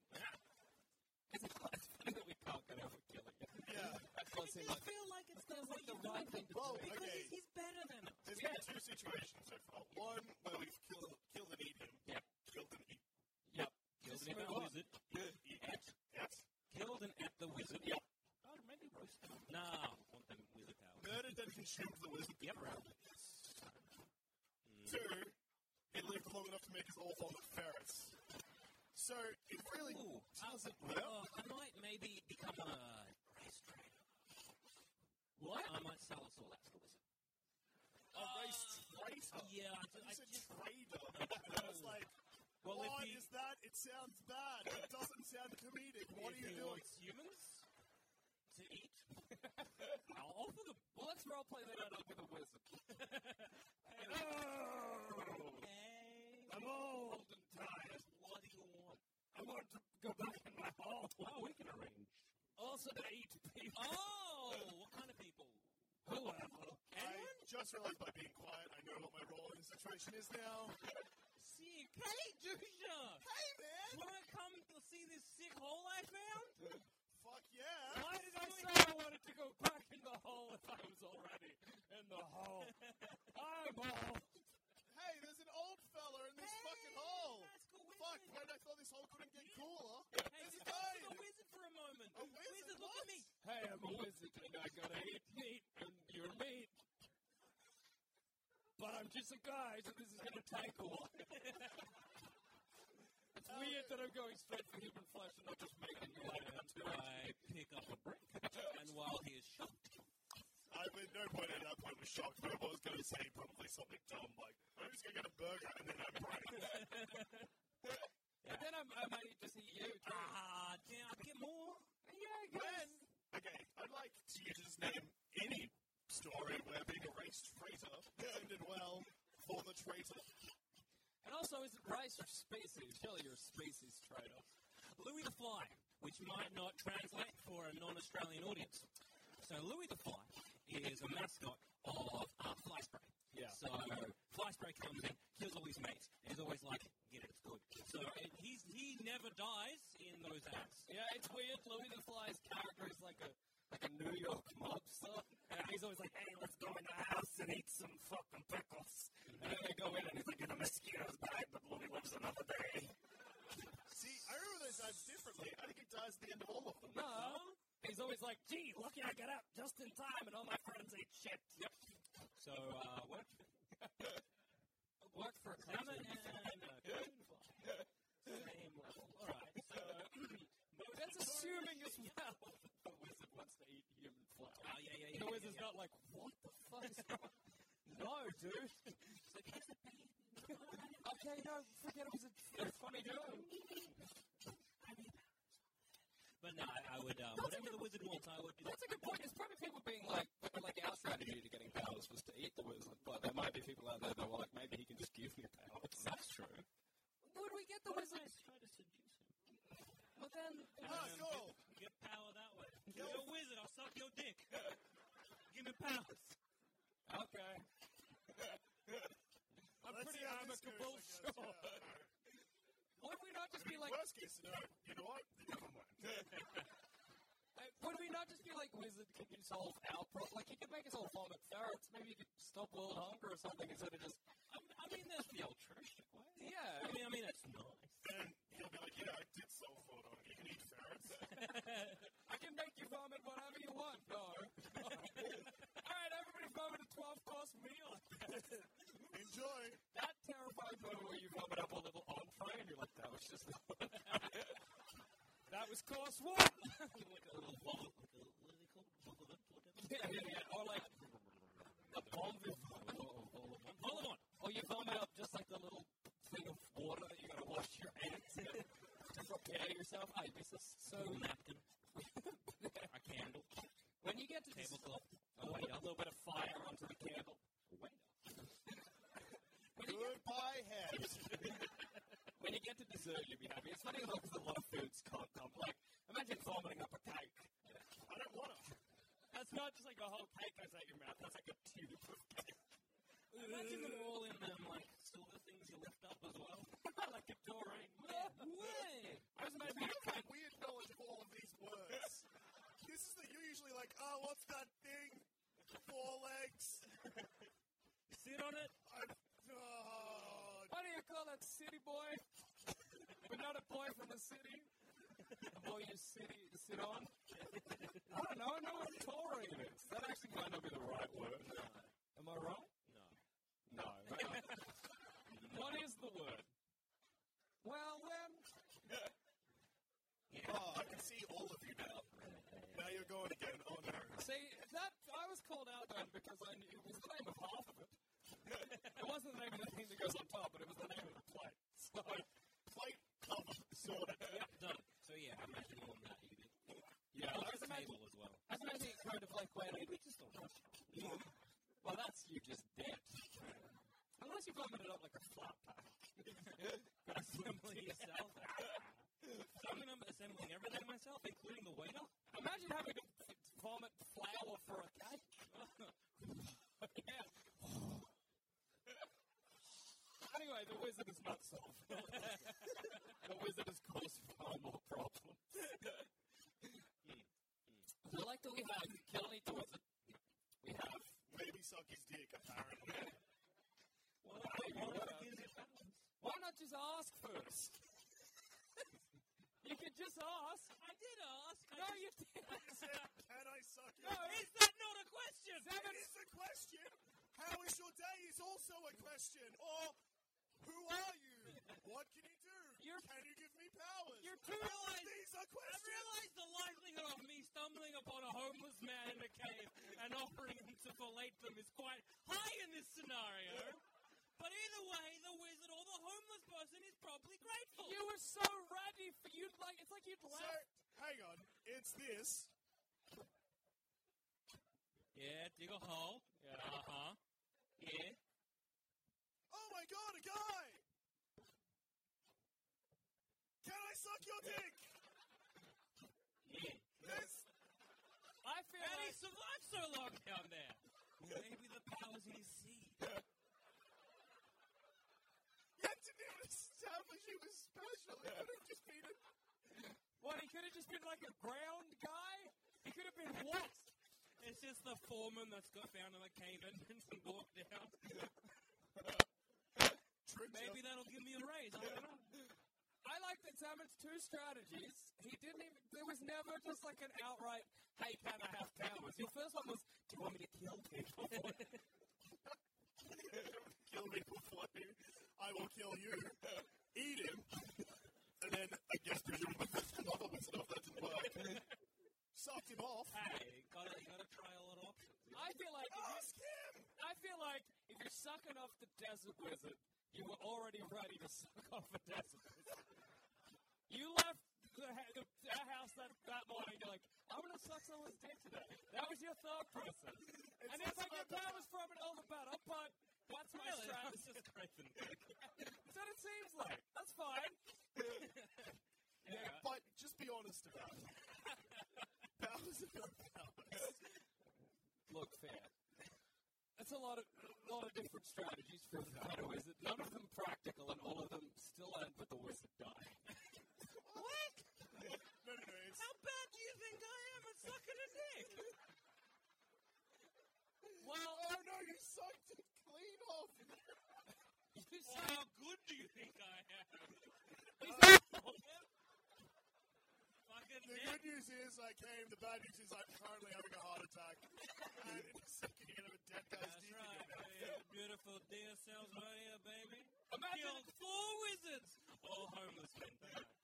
Speaker 3: It's funny that we can't get over killing him.
Speaker 2: Yeah.
Speaker 3: That does seem
Speaker 4: I
Speaker 3: like,
Speaker 4: feel like it's the
Speaker 3: sounds
Speaker 4: way
Speaker 3: like
Speaker 4: you
Speaker 3: the right thing to do.
Speaker 2: Well,
Speaker 4: because
Speaker 2: okay.
Speaker 4: he's, he's better than us.
Speaker 2: There's been two situations so far. One where we've killed, killed and eaten him.
Speaker 3: Yep.
Speaker 2: Killed and eaten.
Speaker 3: Yep.
Speaker 4: Killed an
Speaker 3: Just
Speaker 4: at
Speaker 3: move
Speaker 4: the
Speaker 3: on.
Speaker 4: wizard.
Speaker 2: Yes. Yes.
Speaker 4: Killed an at the wizard.
Speaker 2: Yep.
Speaker 4: God, maybe roast them. Nah, I want them wizard powers.
Speaker 2: Murdered and consumed the wizard.
Speaker 4: Yep.
Speaker 2: Two, it lived long enough to make us all fond of ferrets. So it really
Speaker 4: Ooh,
Speaker 2: doesn't
Speaker 4: Oh,
Speaker 2: work.
Speaker 4: I might maybe become a race trader. What? I might sell us all out to the wizard.
Speaker 2: A race traitor.
Speaker 4: Yeah, I ju- I
Speaker 2: He's a
Speaker 4: just
Speaker 2: traitor. I was like,
Speaker 4: Well, if
Speaker 2: what
Speaker 4: he-
Speaker 2: is that? It sounds bad. It doesn't sound comedic. What are
Speaker 4: If
Speaker 2: you
Speaker 4: he
Speaker 2: doing?
Speaker 4: wants humans to eat. I'll offer them.
Speaker 3: Well, let's roleplay that out with a wizard.
Speaker 4: Hey,
Speaker 2: I'm old and tired.
Speaker 4: what do you want?
Speaker 2: I want to go back in my hole.
Speaker 3: Oh, we can arrange. Also, to eat people.
Speaker 4: Oh, what kind of people?
Speaker 3: Whoever.
Speaker 2: I just realized by being quiet, I know what my role in the situation is now.
Speaker 4: Sick. Hey, Dusha.
Speaker 2: Hey, man!
Speaker 4: Wanna come to see this sick hole I found?
Speaker 2: Fuck yeah!
Speaker 3: Why did I say I wanted to go back in the hole if I was already in the hole? I'm old.
Speaker 2: Hey, there's an old fella in this
Speaker 4: Hey,
Speaker 2: fucking hole!
Speaker 4: that's cool,
Speaker 2: Fuck,
Speaker 4: wizard.
Speaker 2: when I thought this hole couldn't get cooler,
Speaker 4: Hey,
Speaker 2: there's a
Speaker 4: just talk to
Speaker 2: guy!
Speaker 4: the wizard for a moment.
Speaker 2: A wizard?
Speaker 4: look
Speaker 2: What?
Speaker 4: at me.
Speaker 3: Hey, I'm a wizard and I gotta eat meat and you're meat. But I'm just a guy, so this is gonna take a while. it's weird that I'm going straight for human flesh and not just making you out into
Speaker 4: I pick up a brick, and while he is shocked,
Speaker 2: I at no point at that point was shocked, but I was going to say probably something dumb like, I'm just going to get a burger and then I'm right.
Speaker 3: And then I'm, I might just eat you. too.
Speaker 4: ah, damn, I get more.
Speaker 3: yeah, I
Speaker 2: then,
Speaker 3: guess.
Speaker 2: okay, I'd like to use his name any story where being a race traitor ended well for the traitor.
Speaker 3: And also, is it race or species? Surely you're a species traitor.
Speaker 4: Louis the Fly, which might not translate for a non Australian audience. So, Louis the Fly is a mascot of uh, Fly Spray.
Speaker 3: Yeah.
Speaker 4: So, Fly Spray comes in, kills all his mates, and is always like, get it, it's good. So, it, he's, he never dies in those ads.
Speaker 3: Yeah, it's weird. Louis the Fly's character is like a like a New York mobster. And he's always like, hey, let's go in the house and eat some fucking pickles. And then they go in and he's like, the mosquitoes died, but Louis lives another day.
Speaker 2: See, I remember those times differently. I think it dies at the end of all of them.
Speaker 3: No. He's always like, gee, lucky I got out just in time and all my friends ate shit. Yep.
Speaker 4: So, uh, what?
Speaker 3: Work for a
Speaker 4: I'm a,
Speaker 3: clown.
Speaker 4: Same level. Alright, so.
Speaker 3: That's assuming as well that the wizard wants to eat human flesh.
Speaker 4: Oh, yeah, yeah, yeah.
Speaker 3: The
Speaker 4: yeah,
Speaker 3: wizard's
Speaker 4: yeah.
Speaker 3: not like, what the fuck is going No, dude. It's like, has it been? okay, no, forget it was a That's funny, dude.
Speaker 4: But no, I, I would, uh, whatever the wizard wants, I would do
Speaker 3: That's a good point. There's probably people being like, but like our strategy to getting powers was to eat the wizard, but there might be people out there that were like, maybe he can just give me powers. That's true. Would we get the wizard?
Speaker 4: Try to seduce him.
Speaker 3: But then, uh,
Speaker 2: Ah, cool!
Speaker 4: Get power that way. You're a wizard, I'll suck your dick. Give me powers.
Speaker 3: okay. I'm
Speaker 2: Let's
Speaker 3: pretty
Speaker 2: see how this
Speaker 3: amicable,
Speaker 2: goes, I guess,
Speaker 3: sure. Would we not just be like,
Speaker 2: Worst case scenario, you know what? Never mind.
Speaker 3: Uh, Would we not just be like, Wizard, can you solve our problem? Like, you could make us all vomit ferrets. Maybe you could stop world hunger or something instead of just. I, I mean, that's the altruistic way. Yeah.
Speaker 4: I mean, I mean, that's nice.
Speaker 2: And he'll be like, yeah, I did solve for it. You can eat ferrets.
Speaker 3: I can make you vomit whatever you want. No. Alright, everybody vomit a 12 course meal.
Speaker 2: Enjoy.
Speaker 3: that terrifying moment where you vomit up a little entree and you're like, that was just. that was course one! like a little vomit. Yeah, yeah, yeah. Or like. A bomb with
Speaker 4: Voldemort.
Speaker 3: Or you vomit up just like the little thing of water that you gotta wash your hands in to prepare your yourself, I this is so napkin. a candle. When you get to tablecloth, a waiter, a little bit of fire onto the candle. A waiter.
Speaker 2: Goodbye, head.
Speaker 3: when you get to dessert, you'll be happy. It's funny because a lot of foods can't come. Like, imagine vomiting up a cake. I don't want to. That's not just like a whole cake goes out your mouth. That's like a tube of cake. Imagine them all in um, like silver things you lift up as well, like a Doreen. Way. I was imagining a cake.
Speaker 2: Weird knowledge of all of these words. this is the, you're usually like, oh, what's that thing? Four legs.
Speaker 3: Sit on it.
Speaker 2: I'm, oh,
Speaker 3: What do you call that city boy? but not a boy from the city. A boy you city sit on. I don't know. I know what Tory is. That actually might not be the right word. Am I wrong? No. No. what is the word? Well, then.
Speaker 2: oh, I can see all of you now. Now you're going again. Oh, no.
Speaker 3: See, that I was called out on because I knew it was the name of half of it. it wasn't the name of the thing that goes on top, but it was the name of the plate. So, plate cover sorted. Yep, done. So yeah, I'm actually on that. Yeah, I was imagining as well. I was imagining it kind of like where we just don't touch it. Well, that's you just dead. Unless you vomit it up like a flat pack. Assembling yourself. So I'm assembling everything myself, including the waiter. Imagine having to vomit flour for a cake. Anyway, the wizard is not solved. the wizard has caused far more problems. I like that we have Kelly the wizard. We have.
Speaker 2: Maybe suck his dick, apparently.
Speaker 3: Why not just ask first? you could just ask. I did ask. No, you didn't.
Speaker 2: can I suck your
Speaker 3: no,
Speaker 2: dick?
Speaker 3: is that not a question?
Speaker 2: It is a question. How is your day is also a question. Or, who are you? What can you do?
Speaker 3: You're-
Speaker 2: can you give me powers?
Speaker 3: You're too
Speaker 2: All of
Speaker 3: realized-
Speaker 2: these are
Speaker 3: I
Speaker 2: questions.
Speaker 3: realize the likelihood of me stumbling upon a homeless man in a cave and offering him to fillet them is quite high in this scenario. But either way, the wizard or the homeless person is probably grateful. You were so ready for you like it's like you'd
Speaker 2: So, hang on. It's this.
Speaker 3: Yeah, dig a hole. Yeah. Uh huh. Yeah.
Speaker 2: Oh my god, a guy! Can I suck your dick? This,
Speaker 3: I feel How like... he survive so long down there? Maybe the powers in his seed.
Speaker 2: you had to even establish he was special. It could have just been a...
Speaker 3: What, he could have just been like a ground guy? He could have been what? It's just the foreman that's got found in a cave entrance and walked down. Maybe that'll give me a raise. I don't know. I like that Salmon's two strategies. He didn't even. There was never just like an outright, hey, can I have powers? Your first one was, do you want me to kill people?
Speaker 2: Kill me before you. I will kill you. Eat him. And then, I guess, presumably, that's another one, so that didn't work. Sucked him off.
Speaker 3: hey, gotta, gotta try a lot of options. I feel like.
Speaker 2: Ask him!
Speaker 3: I feel like if you're sucking off the desert wizard, you were already ready to suck off a desert wizard. You left the, ha- the, the house that, that morning. You're like, I'm gonna suck someone's dick today. That was your thought process. and if I get powers from it, all the better. But that's my strategy. That's what it seems like. That's fine.
Speaker 2: Yeah, but just be honest about it. Powers are not powers.
Speaker 3: Look, fair. That's a lot of a lot of different strategies for the kind of wizard. None of them practical, and all of them still end with the wizard die. what?
Speaker 2: No, no, no, it's...
Speaker 3: How bad do you think I am at sucking a dick? well,
Speaker 2: Oh no, you sucked it clean off.
Speaker 3: you say, how good do you think I am? Fucking
Speaker 2: The good news is I came. The bad news is I'm currently having a heart attack. and it's sucking in of a dead guy's
Speaker 3: That's
Speaker 2: dick. in your
Speaker 3: right,
Speaker 2: mouth.
Speaker 3: baby. Beautiful deer cells right here, baby. Imagine Killed four wizards, all homeless men.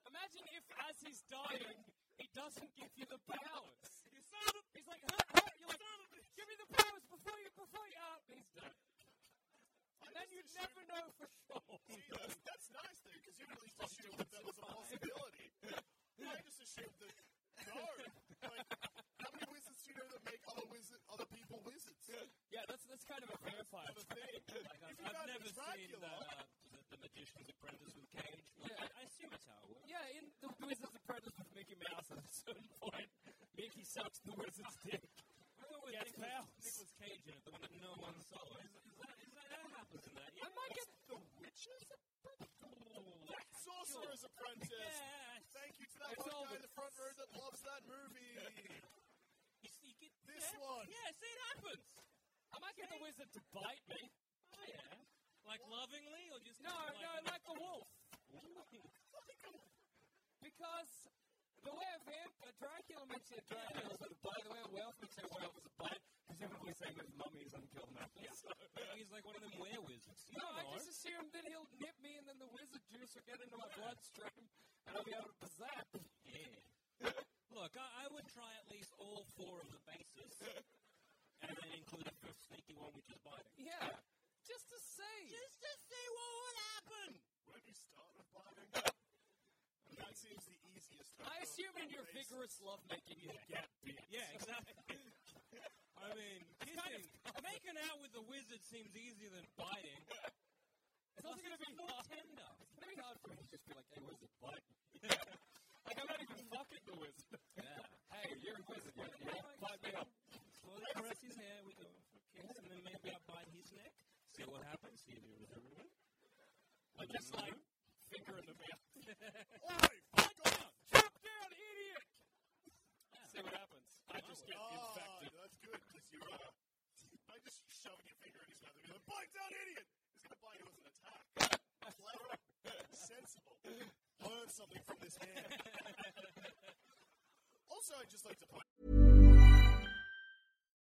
Speaker 3: Imagine if, as he's dying, he doesn't give you the powers. You son of a, he's like, "Huh, huh," you're like, give me the powers before you, before you, ah, he's done. And then you never know for sure.
Speaker 2: See, that's, that's nice though, because you at least assumed that that was a possibility.
Speaker 4: kind of a vampire trait. Like, I've, I've never seen the, uh, the, the Magician's Apprentice with Cage. Like, I, I assume it's how it works.
Speaker 3: Yeah, in the Wizard's Apprentice with Mickey Mouse at a certain point, Mickey sucks the wizard's dick.
Speaker 4: I thought with
Speaker 3: Yes,
Speaker 4: Nicolas,
Speaker 3: pals.
Speaker 4: Nicolas Cage in it, the one that no one saw. Is, is that, is that, that happens in that? Yeah, Oh,
Speaker 3: I might get the witches.
Speaker 2: Sorcerer's Apprentice.
Speaker 4: Yes.
Speaker 2: Thank you to that
Speaker 3: It's
Speaker 2: one
Speaker 3: all
Speaker 2: guy in
Speaker 3: the-
Speaker 2: the front row that loves that movie.
Speaker 4: You see, get
Speaker 2: This
Speaker 4: yeah,
Speaker 2: one.
Speaker 4: Yeah, see, it happens.
Speaker 3: I might get the wizard to bite me.
Speaker 4: Oh, yeah. Like lovingly or just
Speaker 3: No,
Speaker 4: like,
Speaker 3: no, like the wolf. Because the way a vamp, a Dracula makes you a Dracula is with a bite, the way a werewolf makes you a werewolf is a bite, because everybody's saying with mummies and kill mountains.
Speaker 4: He's like one of them werewizards.
Speaker 3: No, I just assume that he'll nip me and then the wizard juice will get into my bloodstream and I'll be able to possess.
Speaker 4: Yeah. Look, I, I would try at least all four of the bases, and then include a fifth sneaky one, which is biting.
Speaker 3: Yeah, just to see.
Speaker 4: Just to see what would happen.
Speaker 2: When you start with biting, that seems the easiest.
Speaker 3: I assume in your vigorous lovemaking you'll get bit.
Speaker 4: Yeah, exactly. I mean, kissing, making out with the wizard seems easier than biting.
Speaker 3: It's also going to be
Speaker 4: more
Speaker 3: hard.
Speaker 4: tender.
Speaker 3: It's going to be hard for me to just be like, hey, wizard, bite. like, I'm not even fucking the wizard. Hey, you're a wizard. You're, you're bite me up.
Speaker 4: Slowly caress his hair, we go for a kiss, and then maybe I bite his neck. See what happens. See if you're
Speaker 3: I just like finger in the mouth.
Speaker 2: Oi, fuck off!
Speaker 3: Chop down, idiot! See what happens. I just get
Speaker 2: Ah,
Speaker 3: infected.
Speaker 2: that's good because you. Uh, by just shoving your finger in his mouth, and be like, "Bite down, idiot!" It's gonna bite you as an attack. Clever, sensible. Learn something from this man. also, I'd just like to point.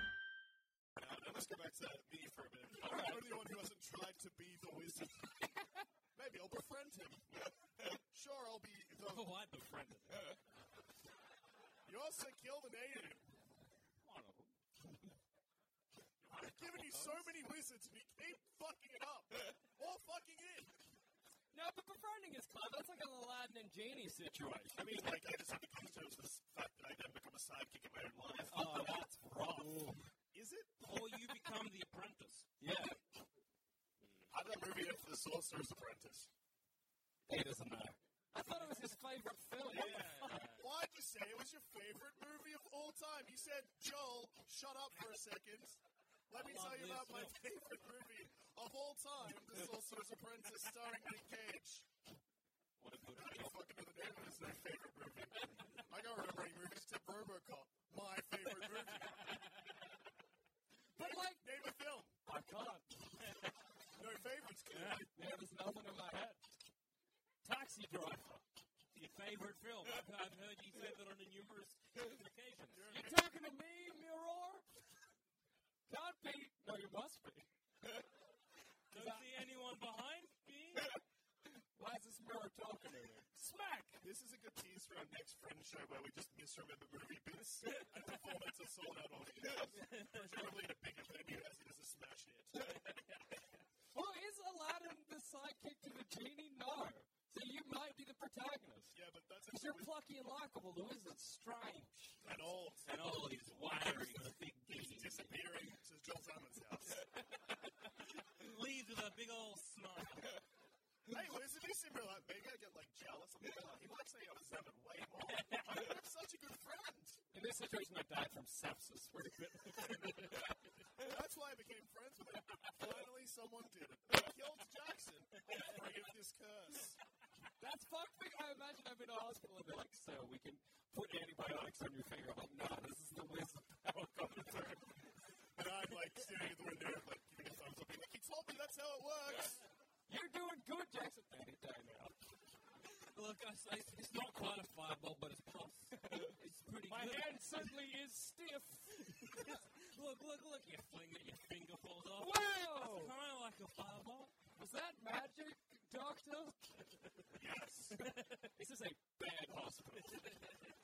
Speaker 2: I must go back to me for a minute. I'm the only one who hasn't tried to be the wizard. Maybe I'll befriend him. sure, I'll be the.
Speaker 4: Oh, I befriended him.
Speaker 2: You also killed an alien. I've given you so many wizards and you keep fucking it up. Or fucking it.
Speaker 3: No, but befriending is clever. That's like an Aladdin and Genie situation. I mean, like, I just have to come to terms with the fact that I then become a sidekick in my own life. Oh, that's rough. Oh,
Speaker 2: Is it?
Speaker 4: Or you become the apprentice.
Speaker 3: Yeah.
Speaker 2: How did that movie end for The Sorcerer's Apprentice?
Speaker 3: He doesn't know. I thought it was his favorite film.
Speaker 2: Why'd you say it was your favorite movie of all time? You said, Joel, shut up for a second. Let me tell you
Speaker 4: this
Speaker 2: about my
Speaker 4: film."
Speaker 2: favorite movie of all time, The Sorcerer's Apprentice, starring Nick Cage. What a good fucking know the name of his new favorite movie. I can't remember any movies except Robocop, my favorite movie.
Speaker 3: But, like,
Speaker 2: Name a film.
Speaker 3: I can't.
Speaker 2: No favorites, kid.
Speaker 3: Yeah, there's nothing in my head.
Speaker 4: Taxi Driver. Your favorite film. I've, I've heard you say that on a numerous occasions.
Speaker 3: You talking to me, Mirror? Can't be. No, you must be.
Speaker 4: Don't see anyone behind me.
Speaker 3: Why is this mirror talking to me? Smack!
Speaker 2: This is a good tease for our next friend the show where we just misremember the movie bits and perform it to sold out audience. Presumably in a bigger venue as it is a smash hit.
Speaker 3: Well, is Aladdin the sidekick to the genie? No. So you might be the protagonist.
Speaker 2: yeah, but that's
Speaker 3: Because you're plucky and likable, the wizard's strange.
Speaker 2: at all.
Speaker 4: And all these wiring the big
Speaker 2: He's disappearing to Joel Salmon's house.
Speaker 4: leaves with a big old smile.
Speaker 2: hey, where's the missing real like, maybe I get like jealous of him. Like, he likes me, I was having way more. I'm such a good friend.
Speaker 3: In this situation, I died from sepsis.
Speaker 2: That's why I became friends with him. Finally, someone did it. I killed Jackson. I'm free of this curse.
Speaker 3: That's fucked me. I imagine I'm in a hospital and they're like, so we can put antibiotics on your finger. I'm like, no, this is the wizard power coming through.
Speaker 2: And I'm like standing at the window, like giving a thumbs up. being Like, he told me that's how it works.
Speaker 3: You're doing good, Jackson. Any day now.
Speaker 4: Look, I, s- it's, it's not quite a fireball, but it's close. It's pretty
Speaker 3: My
Speaker 4: good.
Speaker 3: hand suddenly is stiff.
Speaker 4: look, look, look. You fling it, your finger falls off.
Speaker 3: Wow!
Speaker 4: It's kind of like a fireball.
Speaker 3: Was that magic, Doctor? Yes. this is a bad hospital.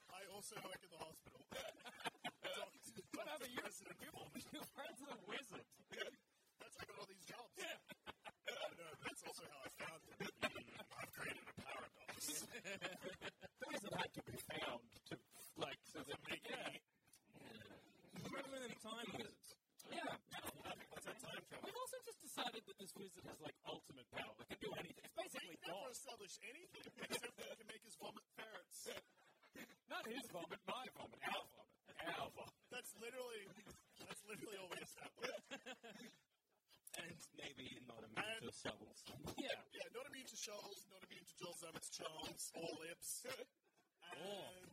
Speaker 2: I also work in the hospital. Doctor-
Speaker 3: Whatever,
Speaker 2: doctor
Speaker 3: you're,
Speaker 2: president.
Speaker 3: you're, you're friends with a wizard.
Speaker 2: That's how I got all these jobs. I know, that's also how I found them. Mm, I've created a paradox.
Speaker 3: The wizard had to be found to, like, so that they yeah.
Speaker 4: Remember them time wizards?
Speaker 3: Yeah. We've also just decided that this wizard has like ultimate power. It can do anything. It's basically
Speaker 2: We never
Speaker 3: God.
Speaker 2: established anything except that it can make us vomit ferrets.
Speaker 3: Not his vomit, my vomit, our vomit, our vomit.
Speaker 2: That's literally, that's literally all we established.
Speaker 4: And maybe not a man to shovels.
Speaker 3: Yeah.
Speaker 2: Yeah, not immune to Charles, not immune to Joel Zammett's charms or lips.
Speaker 4: Oh,
Speaker 2: And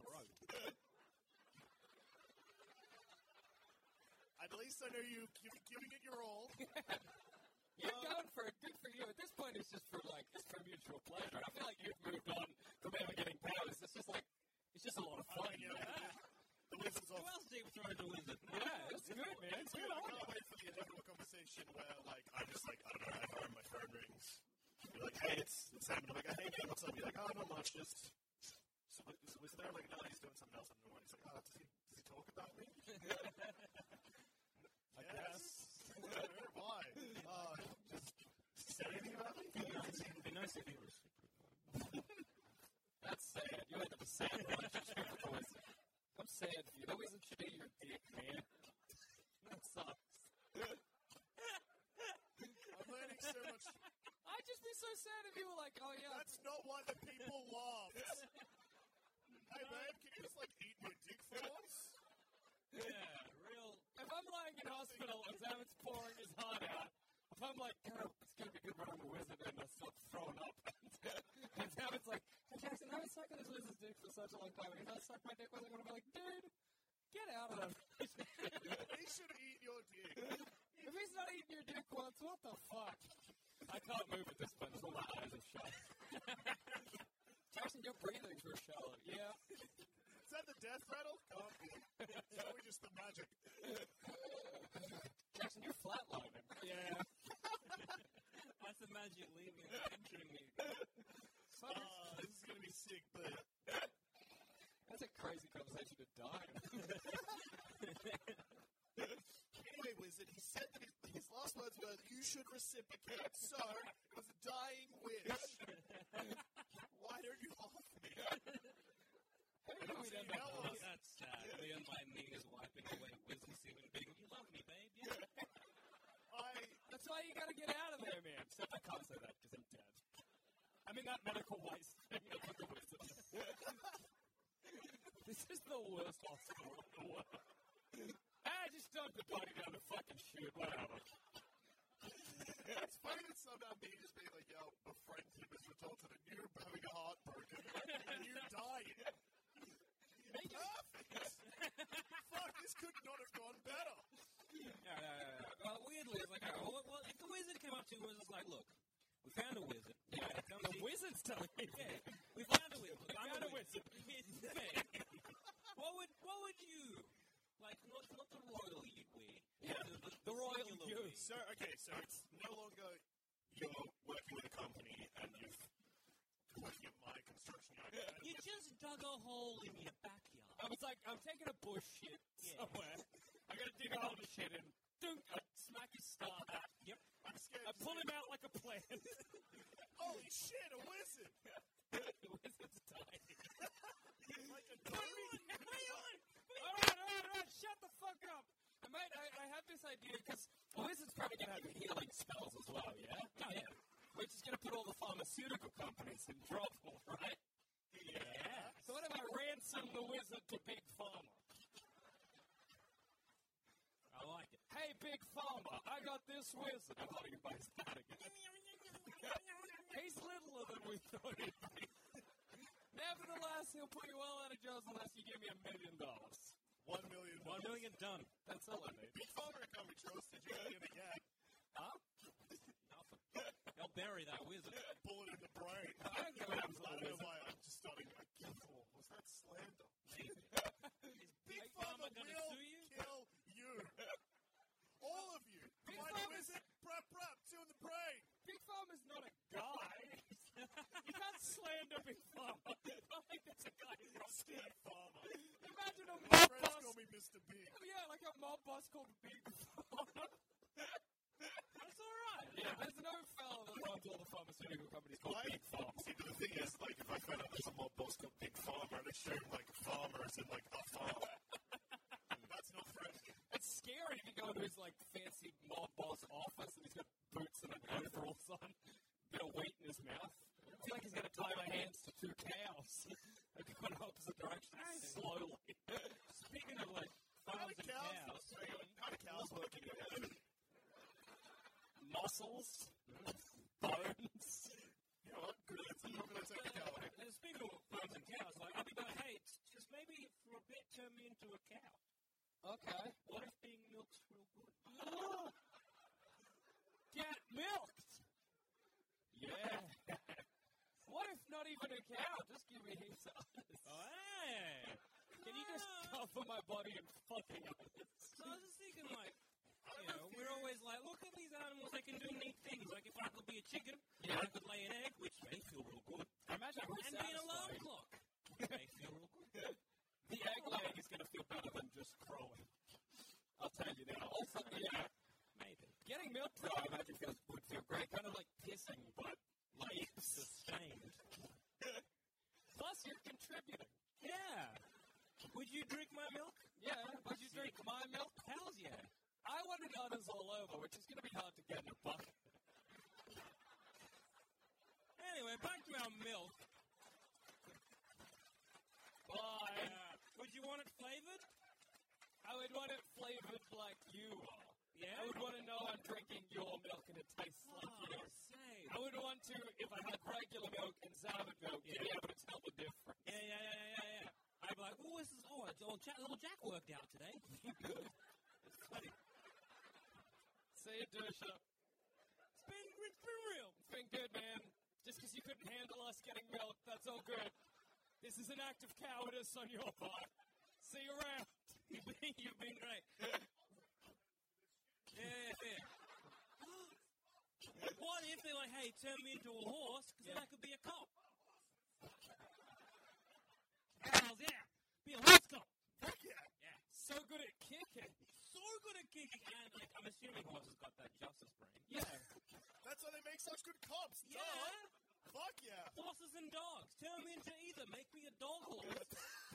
Speaker 2: At least I know you give, giving it your all.
Speaker 3: You're going for it. Good for you. At this point, it's just for like it's for mutual pleasure. I feel like you've moved on from ever getting powers. It's just like it's just a lot of fun.
Speaker 2: I know. The wizard's
Speaker 4: Who
Speaker 2: off.
Speaker 4: else do you throw at the wizard?
Speaker 3: Yeah, it's good, man. It's good.
Speaker 2: I can't wait for the inevitable conversation where, like, I'm just like, I don't know, I have my phone rings. You're like, hey, it's, it's happening. I'm like, hey, man, what's up? You're like, oh, not much, just. So, so was there like, no, he's doing something else. And the morning. He's like, oh, does he, does he talk about me? I guess. Why? Uh, just say anything about me?
Speaker 4: It'd be nice if he was.
Speaker 3: That's sad. You end up a sad relationship with the wizard. I'm sad for you. That wizard should be your dick, man. That sucks.
Speaker 2: I'm learning so much.
Speaker 3: I'd just be so sad if you were like, oh yeah,
Speaker 2: That's not why the people laughed. hey, babe, can you just, like, eat my dick for once?
Speaker 4: Yeah, real.
Speaker 3: If I'm lying in hospital and Zamet's pouring his heart out, if I'm like, God, it's going to be good when I'm a wizard and I stop throwing up, and Zamet's like, hey, Jackson, I was sucking this wizard's dick for such a long time, and if I suck my dick, was I going to be like, dude, get out of that relationship.
Speaker 2: They should eat your dick.
Speaker 3: if he's not eating your dick once, what the fuck? I can't move at this point, so my eyes are shut. Jackson, you're breathing for shallow. Yeah.
Speaker 2: Is that the death rattle? Can't be. It's probably just the magic.
Speaker 3: Jackson, you're flatlining.
Speaker 4: Yeah. That's the magic leaving and entering me.
Speaker 2: Uh, this is going to be sick, but
Speaker 3: That's a crazy conversation to die.
Speaker 2: anyway, Wizard, he said that his, his last words were, you should reciprocate. So, it was a dying wish. Why don't you laugh at me?
Speaker 3: We'd end up
Speaker 2: Now, uh,
Speaker 4: That's sad. Me and my knee is wiping away wizard semen being. You love me, babe. Yeah.
Speaker 2: I,
Speaker 3: That's why you gotta get out of there, man. Except I can't say that because I'm dead. I'm in that medical waste. this is the worst hospital in the world. I just dumped the body down the fucking chute, whatever.
Speaker 2: it's funny that somehow me just being like, yo, a friendship has resulted in you having a heartbroken and you dying. Perfect! Fuck, this could not have gone better.
Speaker 4: Yeah, yeah, yeah, yeah. Well, weirdly, it's like, oh, well, well, if the wizard came up to you and was like, look, we found a wizard. Yeah, the wizard's telling me. Yeah, we found a wizard. Look, I'm
Speaker 3: found
Speaker 4: a
Speaker 3: a
Speaker 4: wizard. It's me. what would what would you like? Not, not the royal you weird. Yeah, the, the, the royal you.
Speaker 2: So okay, so it's no longer you're working with a company and you've working at my construction yard.
Speaker 4: You just dug a hole in your
Speaker 3: of shit somewhere. I gotta dig a hole to shit in. Dunk, I smack his star hat. Yep. I'm scared. I pull him out like a plant.
Speaker 2: Holy shit, a wizard!
Speaker 3: the wizard's dying. like a Alright, alright, alright, shut the fuck up! I might, I, I have this idea, because a wizard's probably gonna have healing spells as well, yeah? Oh, yeah. We're just gonna put all the pharmaceutical companies in trouble, right? Yeah. So what if I ransom the wizard to Big Pharma? I like it. Hey, Big Pharma, I got this wizard. I'm holding him by his hat again. He's littler than we thought he'd be. Nevertheless, he'll put you all out of jail unless you give me a million dollars.
Speaker 2: One million.
Speaker 3: One million done. That's all I need.
Speaker 2: Big Farmer Economic Roasted, you in the gap.
Speaker 3: Huh? Nothing. They'll bury that wizard.
Speaker 2: Bullet in the brain.
Speaker 3: I don't give a
Speaker 2: I
Speaker 3: damn about
Speaker 2: don't know
Speaker 3: wizard.
Speaker 2: why I'm just starting to giggle. Was that slander? Big
Speaker 3: Big
Speaker 2: Farmer
Speaker 3: Pharma gonna
Speaker 2: will
Speaker 3: sue you?
Speaker 2: kill you. All of you.
Speaker 3: Big
Speaker 2: My
Speaker 3: Pharma's-
Speaker 2: wizard, brap brap, two in the brain.
Speaker 3: Big Farmer's not a guy. you can't slander Big Farmer. I think that's a guy who's Big Farmer. Imagine a mob
Speaker 2: Friends
Speaker 3: boss.
Speaker 2: call me Mr. Big.
Speaker 3: Yeah, like a mob boss called Big Farmer. that's all right. Yeah, there's no fella that runs all the pharmaceutical companies called
Speaker 2: Why?
Speaker 3: Big Farmer.
Speaker 2: See, the thing is, like, if I found out there's a mob boss called Big Farmer, I'd show him, like, farmers and, like, a farmer. That's not friendly.
Speaker 3: It's scary if you go into his like fancy mob boss office and he's got boots and an overalls on, bit of wheat in his mouth. I feel like he's gonna tie my hands to two cows. They're going in opposite directions slowly. Speaking of like farms and
Speaker 2: cows?
Speaker 3: cows,
Speaker 2: How do cows work in your head?
Speaker 3: muscles, bones.
Speaker 2: You know what? Good answer. I'm going to take a cow.
Speaker 3: And speaking of bones and cows, like I'd be going, hey, just maybe for a bit turn me into a cow. Okay. What if being milked real good? Get milked. Yeah. what if not even a cow? Just give me heaps of ice. Hey. Can you just cover my body in fucking ice? Ah. So I was just thinking, like, you know, we're always like, look at these animals, they can do neat things. Like, if I could be a chicken, I could lay an egg, which may feel real good. Imagine And be an alarm clock. may feel real good. The egg laying is going to feel better than just crowing. I'll tell you now. Also, yeah, maybe. Getting milk, though, I imagine feels, would feel great. Kind of like pissing, but like sustained. Plus, you're contributing. Yeah. Would you drink my milk? Yeah. Would you drink my milk? Hells yeah. I wanted others all over, which is going to be hard to get in a bucket. anyway, back to our milk. Why? would you want it flavored? I would want it flavored like you are. Yeah. Oh, I would want to know I'm drinking your milk and it tastes like yours. I would want to, if I had regular milk and salmon milk, yeah. be able to tell the difference. Yeah, yeah, yeah, yeah, yeah. I'd be like, oh, this is oh, old Jack, little Jack worked out today. it's funny. See you, Dusha. It's been, it's been real. It's been good, man. Just because you couldn't handle us getting milk, that's all good. This is an act of cowardice on your part. See you around. You've been, you've been great. yeah, yeah. what if they're like, hey, turn me into a horse because then I could be a cop? Hells yeah. Be a horse cop. Fuck yeah. Yeah. So good at kicking. So good at kicking. And like, I'm assuming horses got that justice brain. Yeah.
Speaker 2: That's why they make such good cops.
Speaker 3: Yeah.
Speaker 2: Duh. Fuck yeah.
Speaker 3: Horses and dogs. Turn me into either. Make me a dog horse.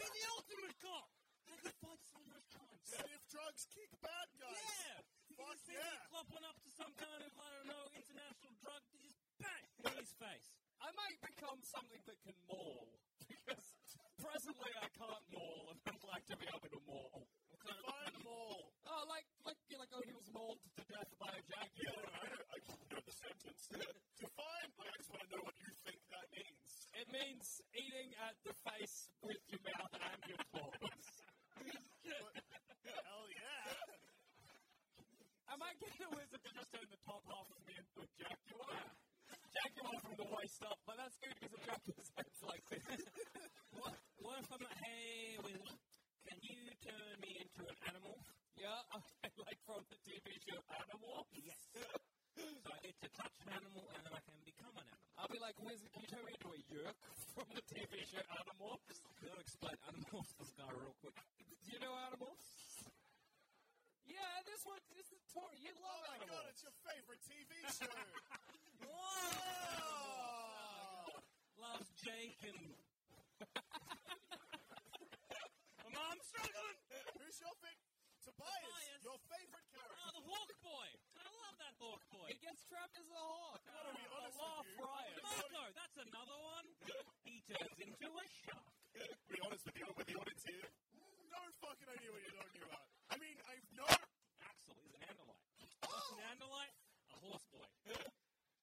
Speaker 3: Be the ultimate cop. I could fight so much times.
Speaker 2: Stiff drugs kick bad guys.
Speaker 3: Yeah. You can
Speaker 2: Fuck
Speaker 3: just see me
Speaker 2: yeah.
Speaker 3: clopping up to some kind of, I don't know, international drug to just bang in his face. I might become something that can maul. Because presently I can't maul and I'd like to be able to maul.
Speaker 2: Fine mole.
Speaker 3: Oh, like, like, you're like, oh, he was mauled to death by a jaguar.
Speaker 2: I don't- I just know the sentence. Define, but I just want to know what you think that means.
Speaker 3: It means eating at the face with your mouth and your claws.
Speaker 2: Hell yeah.
Speaker 3: Am I getting a wizard to just turn the top half of me into a jaguar? Jaguar from the waist up, but that's good because a jaguar's head's like this. what, what if I'm like, hey, wizard, can you turn me into an animal? Yeah, okay, like from the TV show Animal? Yes. so I get to touch an animal and then I can become an animal. I'll be like, wizard, can you turn me into a yerk from the TV show Animal? Not explain animals to this guy real quick. Do you know animals? yeah, this one, this is Tori. You love
Speaker 5: Oh my
Speaker 3: animals.
Speaker 5: god, it's your favorite TV show!
Speaker 3: Whoa! Loves Jake and. My mom's struggling.
Speaker 5: Who's your favorite? Tobias,
Speaker 3: Tobias.
Speaker 5: your favorite
Speaker 3: Oh,
Speaker 5: character.
Speaker 3: the Hawk Boy. I love that Hawk Boy. He gets trapped as a hawk. What
Speaker 5: are we, honest
Speaker 3: a law
Speaker 5: with you?
Speaker 3: fryer.
Speaker 5: What are we-
Speaker 3: Marco, that's another one. He turns into a shark.
Speaker 5: be honest with you, with the audience here. No fucking idea what you're talking about. I mean, I know.
Speaker 3: Axel is an Andalite. What's an Andalite? A horse boy.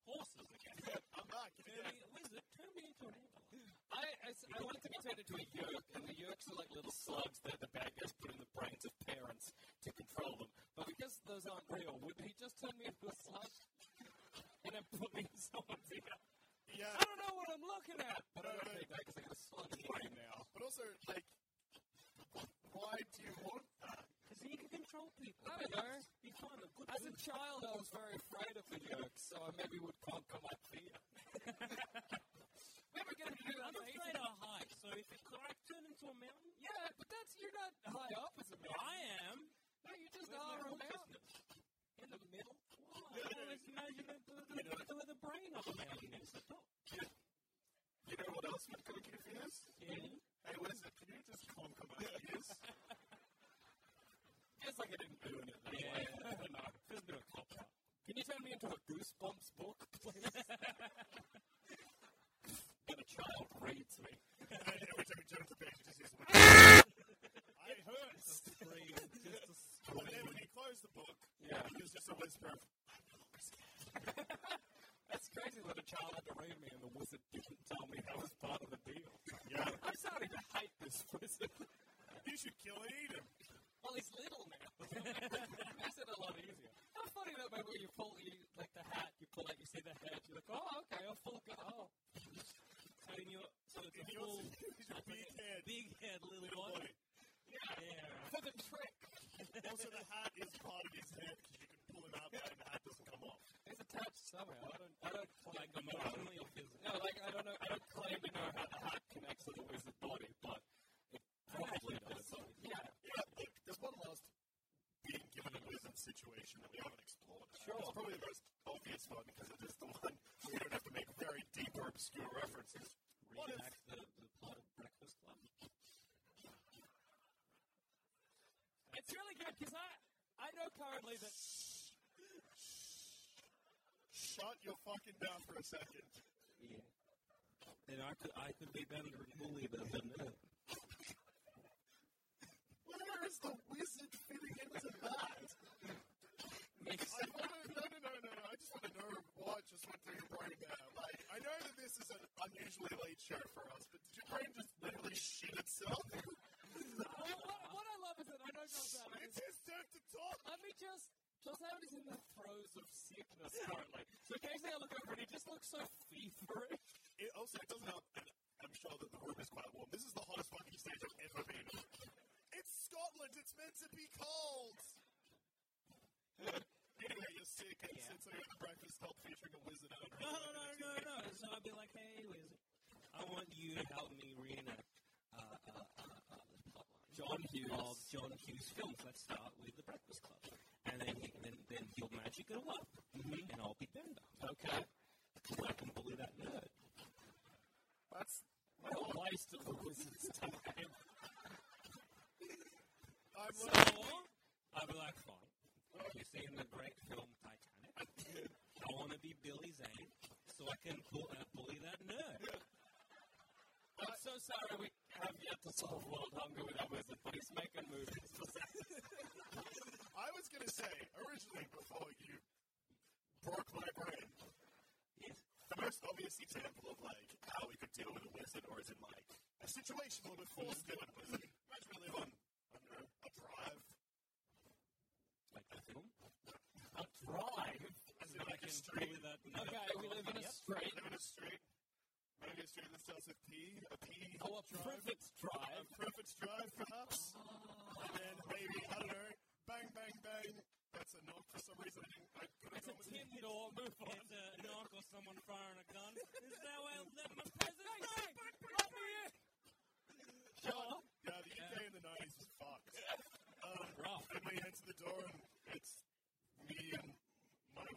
Speaker 3: Horses again.
Speaker 5: I'm back.
Speaker 3: Turn me- Wizard, turn me into an Andalite.
Speaker 6: I, I, s- I wanted to be turned into a yolk, and the yolks are like little slugs that the bad guys put in the brains of parents to control them. But because those aren't real, would he just turn me into a slug and then put me in someone's ear?
Speaker 5: Yeah.
Speaker 6: I don't know what I'm looking at, but I don't think that because I got a slug in my now.
Speaker 5: But also, like, why do you want that?
Speaker 3: Because he can control people.
Speaker 6: I don't know.
Speaker 3: He's one of the good
Speaker 6: As a child, I was very afraid of the yolks, so I maybe would conquer my fear. Maybe going to do that
Speaker 3: I'm
Speaker 6: later.
Speaker 3: afraid of heights, so if it could I turn into a mountain?
Speaker 6: Yeah, but that's you're not high up as a man.
Speaker 3: I am.
Speaker 6: No, you just
Speaker 3: With
Speaker 6: are
Speaker 3: my
Speaker 6: a mountain.
Speaker 3: consciousness.
Speaker 6: In the middle?
Speaker 3: Why? I always imagine it with the, the, the, the brain of a mountain is the top.
Speaker 5: You know what else would cook you for this?
Speaker 3: Yeah.
Speaker 5: Hey, Wizard, can you just conquer my ears?
Speaker 6: Just like I didn't do it.
Speaker 3: Yeah. no, there's no cop out.
Speaker 6: Can you turn me into a Goosebumps book, please? and a child reads me.
Speaker 5: Every time Jennifer Baker just is like, I heard. And then when you close the book, yeah, it's just a whisper of,
Speaker 6: That's crazy that a child had to read me and the wizard didn't tell me that was part of the deal. Yeah. I'm starting to hate this wizard.
Speaker 5: you should kill and eat him.
Speaker 6: Well, he's little now. Makes it a lot easier. How funny that way where you pull, you, like the hat, you pull out, you see the head, you're like, oh, okay, I'll pull it Oh.
Speaker 3: So, in your, so it's a
Speaker 5: He
Speaker 3: full,
Speaker 5: also he's your big head.
Speaker 3: big head, little body. Yeah.
Speaker 6: For the trick.
Speaker 5: Also, the hat is part of his head because you can pull it out and the hat doesn't come off.
Speaker 6: It's attached somehow. I don't, I don't claim
Speaker 3: Like
Speaker 6: to know.
Speaker 3: emotionally or physically.
Speaker 6: No, like, I don't know, I don't claim to know how the hat connects to the wizard body, but it probably does. Yeah.
Speaker 5: Yeah, look, there's one last being given a wizard situation that we haven't explored.
Speaker 6: Sure.
Speaker 5: It's probably the most obvious one because it is the one where we don't have to make very deep or obscure references. What if,
Speaker 3: Reenact the, the plot of Breakfast Club.
Speaker 6: It's really good because I, I know currently that
Speaker 5: shut your fucking mouth for a second.
Speaker 3: Then I could, I could be better than Wooly than than it.
Speaker 5: Where is the wizard fitting into that? I wanna, no, no, no, no, no. I just want to know what just went through your brain there. Like, I know that this is an unusually late show for us, but did your brain just literally shit itself?
Speaker 6: Well, what, what I love is that I don't know about it.
Speaker 5: it's his turn to talk.
Speaker 6: Let me just. Joseph is in the throes of sickness currently. So occasionally I look over and he just looks so feverish.
Speaker 5: It also it doesn't help. And I'm sure that the room is quite warm. This is the hottest fucking stage I've ever been. on. It's Scotland. It's meant to be cold. anyway, you're sick. And yeah. since I got the breakfast help featuring a wizard, I don't know.
Speaker 3: No, no, no, no, no. So I'd be like, hey, Wizard, I want you to help me reenact uh, uh, uh, uh, the plotline John Hughes. of John Hughes films. Let's start with The Breakfast Club. And then, he, then, then your magic will work.
Speaker 5: Mm-hmm.
Speaker 3: And I'll be Bender. Okay. Because I can bully that nerd.
Speaker 5: That's
Speaker 6: I don't place to the wizard's time.
Speaker 5: I'm
Speaker 3: So,
Speaker 5: learning.
Speaker 3: I'd be like, fine. You see in the great film Titanic, I want to be Billy Zane so I can pull, uh, bully that nerd.
Speaker 6: I'm so sorry we have yet to solve world hunger with our wizard, but he's making movies.
Speaker 5: I was gonna say originally before you broke my brain. The most obvious example of like how we could deal with a wizard, or is it like a situation where we're forced to deal with a wizard? Imagine we live on, I don't know, a drive.
Speaker 3: Like the film.
Speaker 6: a drive.
Speaker 5: As in like a street.
Speaker 3: Bully that nerd.
Speaker 6: Okay, we live in a
Speaker 5: Right,
Speaker 6: street.
Speaker 5: live in a street. Maybe a street that starts with P, a P.
Speaker 6: Oh, a private's
Speaker 5: A
Speaker 6: drive.
Speaker 5: Prophet's Drive, perhaps. and then maybe, I don't know, bang, bang, bang. That's a knock for some reason. I didn't, I couldn't
Speaker 6: It's a
Speaker 5: come with
Speaker 6: tin door. Move on.
Speaker 3: It's a knock or someone firing a gun. Is that way that my present
Speaker 6: Hey, hey, let me in.
Speaker 5: John,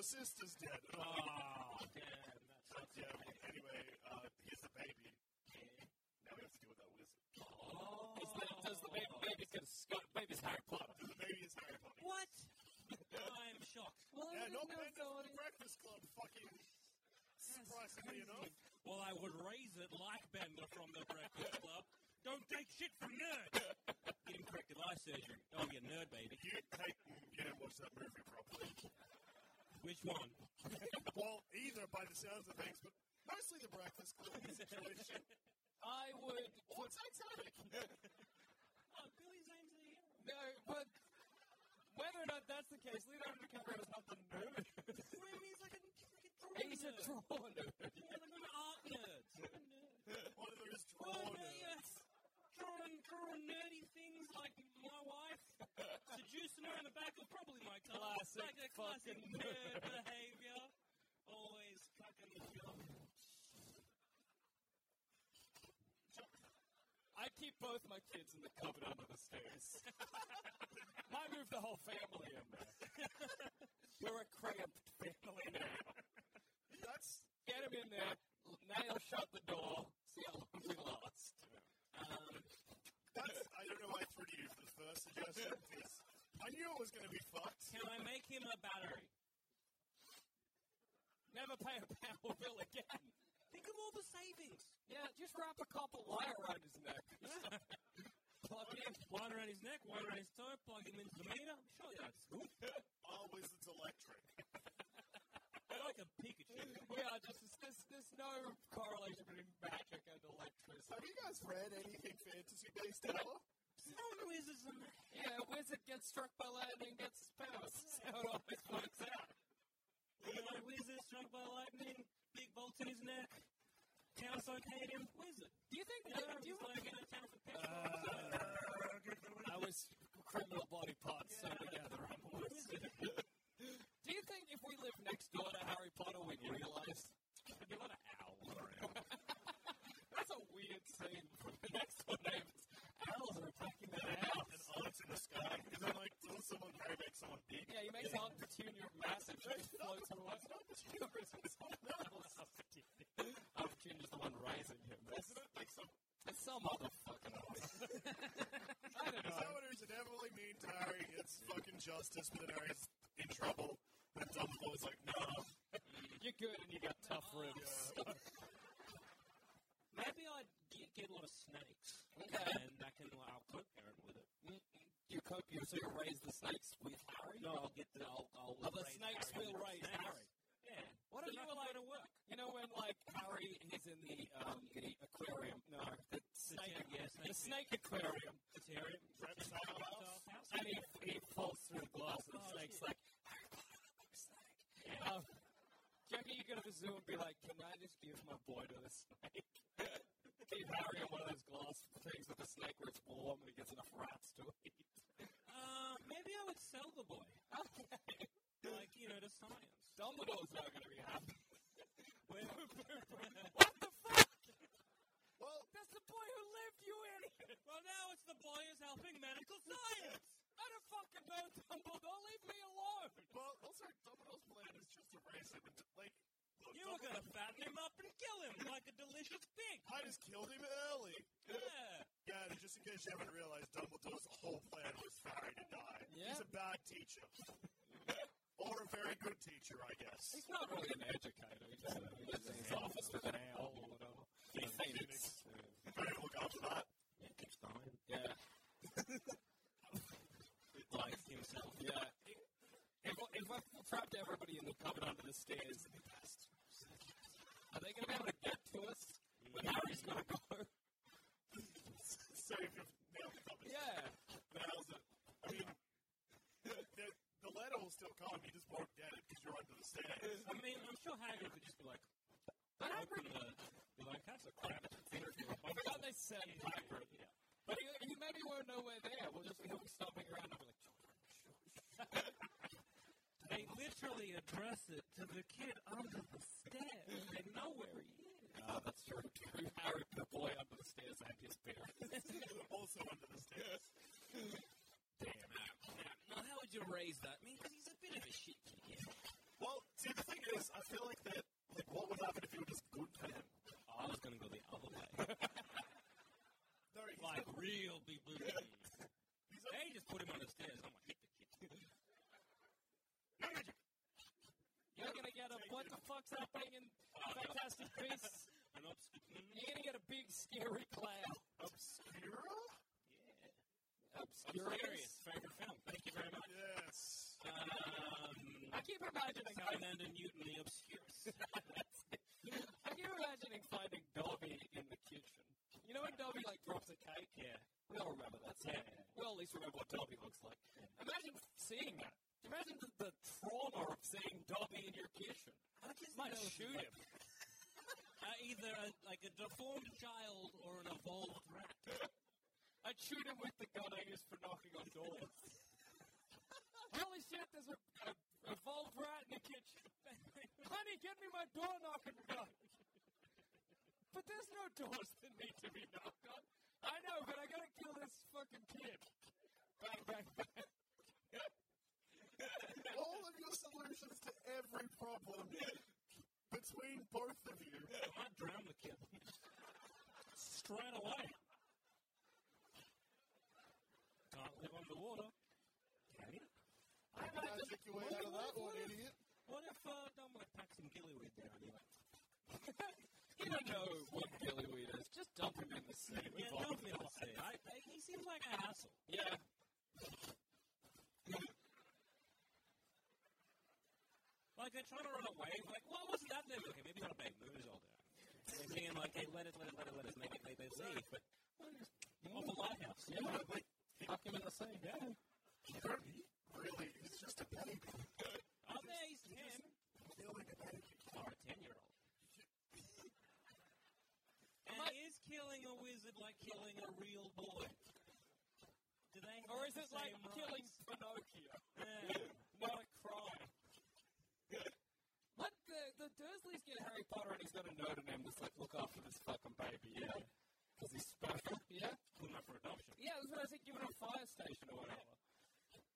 Speaker 2: cyst is dead. Oh, damn. That's yeah. Anyway, uh, he's the baby. Now we have to deal with that wizard.
Speaker 3: Is that, does the baby, baby's gonna sc- baby's Harry Potter?
Speaker 2: The baby is Harry Potter.
Speaker 4: What? I'm shocked. Well, I
Speaker 2: Yeah,
Speaker 4: didn't
Speaker 2: no
Speaker 4: know
Speaker 2: offense to the
Speaker 4: Zoe-
Speaker 2: Breakfast Club, fucking. Surprisingly enough.
Speaker 4: Well, I would raise it like Bender from the Breakfast Club. Don't take shit from nerds. Get him corrected eye surgery. Oh, you nerd baby.
Speaker 2: You, hey, you didn't watch that movie properly.
Speaker 4: Which one?
Speaker 2: well, either by the sounds of things, but mostly the Breakfast Club situation.
Speaker 3: I would.
Speaker 2: What's exotic?
Speaker 4: Oh, Billy Zane's the hero.
Speaker 3: No, but whether or not that's the case, Leonardo DiCaprio is not the nerd.
Speaker 4: What do you mean? He's like a, he's like a drawing
Speaker 3: He's a
Speaker 4: nerd.
Speaker 3: draw nerd.
Speaker 4: He's like an art nerd.
Speaker 2: One of them is
Speaker 4: Oh,
Speaker 2: drawn.
Speaker 4: no, yes. Drawing, drawing nerdy things like my wife seducing her in the back of probably my car.
Speaker 3: Classic
Speaker 4: like a classic
Speaker 3: fucking
Speaker 4: nerd behavior. Always fucking the job.
Speaker 3: I keep both my kids in the cupboard under the stairs. I moved the whole family in there. We're a cramped family now.
Speaker 2: That's
Speaker 3: Get him in there, nail shut the door, see how long Um, we last.
Speaker 2: that's. I don't know why I threw to you for the first suggestion. because I knew it was going to be fucked.
Speaker 4: Can I make him a battery?
Speaker 3: Never pay a power bill again.
Speaker 4: Think of all the savings.
Speaker 3: Yeah, just wrap a copper wire around his neck. Plug in.
Speaker 4: One around his neck, one around his toe, plug him into the meter. Surely that's good.
Speaker 2: Our wizard's electric.
Speaker 4: I like a Pikachu.
Speaker 3: We are just there's, there's no correlation between magic and electricity.
Speaker 2: Have you guys read anything fantasy based at all?
Speaker 4: Stone wizards are mad.
Speaker 3: Yeah, a wizard gets struck by lightning, gets his powers. That's how it always works out.
Speaker 4: You know, wizard struck by lightning, big bolt in his neck. Town so him. Wizard.
Speaker 3: Do you think?
Speaker 4: Yeah,
Speaker 3: do you Uh,
Speaker 4: he's like in a town for pets.
Speaker 3: I was criminal body parts sewn together. I'm a wizard. Do you think if we lived next door to Harry Potter, we'd realise? You're an owl. That's a weird scene from the next door neighbors. Owls are attacking their house.
Speaker 2: And odds in the sky. And then, like, till someone very makes someone big.
Speaker 3: Yeah, he makes Aunt Petunia massive. She just floats on one. Aunt Petunia's Aunt Petunia's the one raising him. That's,
Speaker 2: Like some,
Speaker 3: that's some motherfucker. I don't
Speaker 2: is
Speaker 3: know.
Speaker 2: that what it is? It definitely means Harry gets fucking justice, but then Harry's in trouble. And Dumbledore's like, nah.
Speaker 3: You're good and you got tough ribs.
Speaker 4: Maybe I'd get, get a lot of snakes.
Speaker 3: Okay. Mm,
Speaker 4: And I can, like, I'll cook parent with it.
Speaker 3: You cope, you so you raise the snakes with Harry?
Speaker 4: No, I'll get the. I'll, I'll
Speaker 3: Oh, the
Speaker 4: raise
Speaker 3: snakes
Speaker 4: Harry
Speaker 3: will
Speaker 4: with
Speaker 3: raise
Speaker 4: snakes.
Speaker 3: Harry.
Speaker 4: Yeah.
Speaker 3: What
Speaker 4: Then
Speaker 3: if you
Speaker 4: I
Speaker 3: were
Speaker 4: can
Speaker 3: like-
Speaker 4: go to work?
Speaker 3: You know when like Harry is in the um, the aquarium? No, the snake,
Speaker 4: tank, yeah,
Speaker 3: the
Speaker 4: snake
Speaker 3: snake aquarium,
Speaker 4: Terrarium. Reptile house.
Speaker 3: and he, he falls through the glass, and the snake's like, Harry Potter, I'm a snake. Um, do you reckon you go to the zoo and be like, can I just give my boy to the snake? Keep Harry in one of those glass things with the snake where it's warm and he gets enough rats to eat.
Speaker 4: Uh, maybe I would sell the boy.
Speaker 3: Okay.
Speaker 4: Like, you know, to science.
Speaker 3: Dumbledore's not going to be happy.
Speaker 4: what the fuck?
Speaker 2: Well,
Speaker 4: That's the boy who lived, you idiot! Well, now it's the boy who's helping medical science! I don't fucking know, Dumbledore, leave me alone!
Speaker 2: well, also, Dumbledore's plan is just to raise him. Into, like, look,
Speaker 4: You were gonna fatten him up and kill him like a delicious pig!
Speaker 2: I just killed him early.
Speaker 4: Yeah!
Speaker 2: Yeah, and just in case you haven't realized, Dumbledore's whole plan was for Harry to die.
Speaker 3: Yeah.
Speaker 2: He's a bad teacher. or a very good teacher, I guess.
Speaker 3: He's not really an educator. He just he lives in his office with an owl or whatever. He's a phoenix.
Speaker 2: Better look after that.
Speaker 3: Yeah. like himself. Yeah. If, if I trapped everybody in the cupboard under the stairs, it'd be best. Are they going to be able to get to us when Harry's going to go?
Speaker 2: Save him. Nailed the company.
Speaker 3: Yeah.
Speaker 2: Nails it. I mean, the, the letter will still come. You just won't get it because you're under the stairs.
Speaker 4: I mean, I'm sure Hagrid would just be like,
Speaker 3: But I
Speaker 4: open the. Be like, that's a crap interview.
Speaker 3: I forgot they said Piper. Yeah. But he, he maybe won't know we're there. We'll just he'll be stomping around and be like,
Speaker 4: They literally address it to the kid under the stairs. They know where he is.
Speaker 3: oh, that's true. Harry, the boy under the stairs, and his parents.
Speaker 2: also under the stairs.
Speaker 4: Now, how would you raise that? I mean, because he's a bit of a shit kid.
Speaker 2: Well, see, real big blue cheese. they just put him on the stairs. I'm like, hit the kid. no magic. You're gonna get a what the fuck's happening in Fantastic Beasts? An obscure. You're gonna get a big scary clown.
Speaker 3: Obscura?
Speaker 2: Obscurious. Favorite film. Thank you very much.
Speaker 3: Yes.
Speaker 2: Um, I keep imagining Highlander Newton the Obscurus. I keep imagining finding Dobby in the kitchen. You know when Dobby like drops a cake? Yeah. We all remember that scene. We all at least remember what Dobby looks like. Imagine seeing that. Imagine the, the trauma of seeing Dobby in your kitchen. I just might shoot him. Uh, either a, like a deformed child or an evolved rat. I'd shoot him with the gun I use for knocking on doors. Holy shit, there's a, a evolved rat in the kitchen. Honey, get me my door knocking gun. but there's no doors that need to be knocked on. I know, but I gotta kill this fucking kid. Bang, bang, bang.
Speaker 3: All of your solutions to every problem between both of you.
Speaker 2: I'd drown the kid. Straight away. Can't live underwater. Can you? I
Speaker 3: Magic your way out of that one, idiot.
Speaker 2: What if uh, Dominic packs some gillyweed down here? you don't know what gillyweed is. Just dump him in the sea. Yeah, dump him in the sea. I, I, he seems like a hassle. Yeah. like they're trying to run away. Like, what was that thing? Okay, maybe not a big moon is all there. They're saying like, hey, let it, let it, let it, let it. Make it, make it safe. But well, just off the lighthouse. Yeah, like, tuck him in the sea. Yeah.
Speaker 3: Kirby, really, he's just a baby.
Speaker 2: Oh, there he's ten. Or a ten-year-old. and he is killing a wizard like killing a real boy. Do they? Or is it like killing Pinocchio? What a crime! What the the Dursleys get Harry Potter and he's got a note in him that's like, look after this fucking baby, yeah. Because he's special, yeah. Put him up for adoption. Yeah, that's what I said. Give him a fire station or whatever.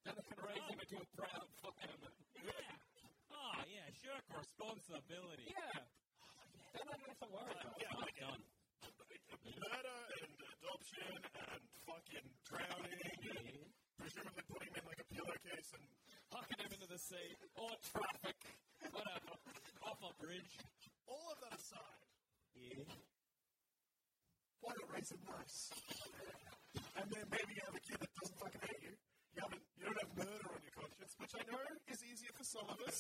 Speaker 2: Then they can raise him into a proud fireman. Yeah. Oh, yeah, sure, responsibility. Yeah. Then I don't have to worry about it. I'm done.
Speaker 3: Murder and adoption and fucking drowning. Presumably putting him in like a pillowcase and
Speaker 2: Hucking him into the sea. Or traffic. Whatever. Off a bridge.
Speaker 3: all of that aside.
Speaker 2: Yeah.
Speaker 3: Why not raise him nice? and then maybe you have a kid that doesn't fucking hate you. You, haven't, you don't have murder on your conscience, which I know is easier for some of us.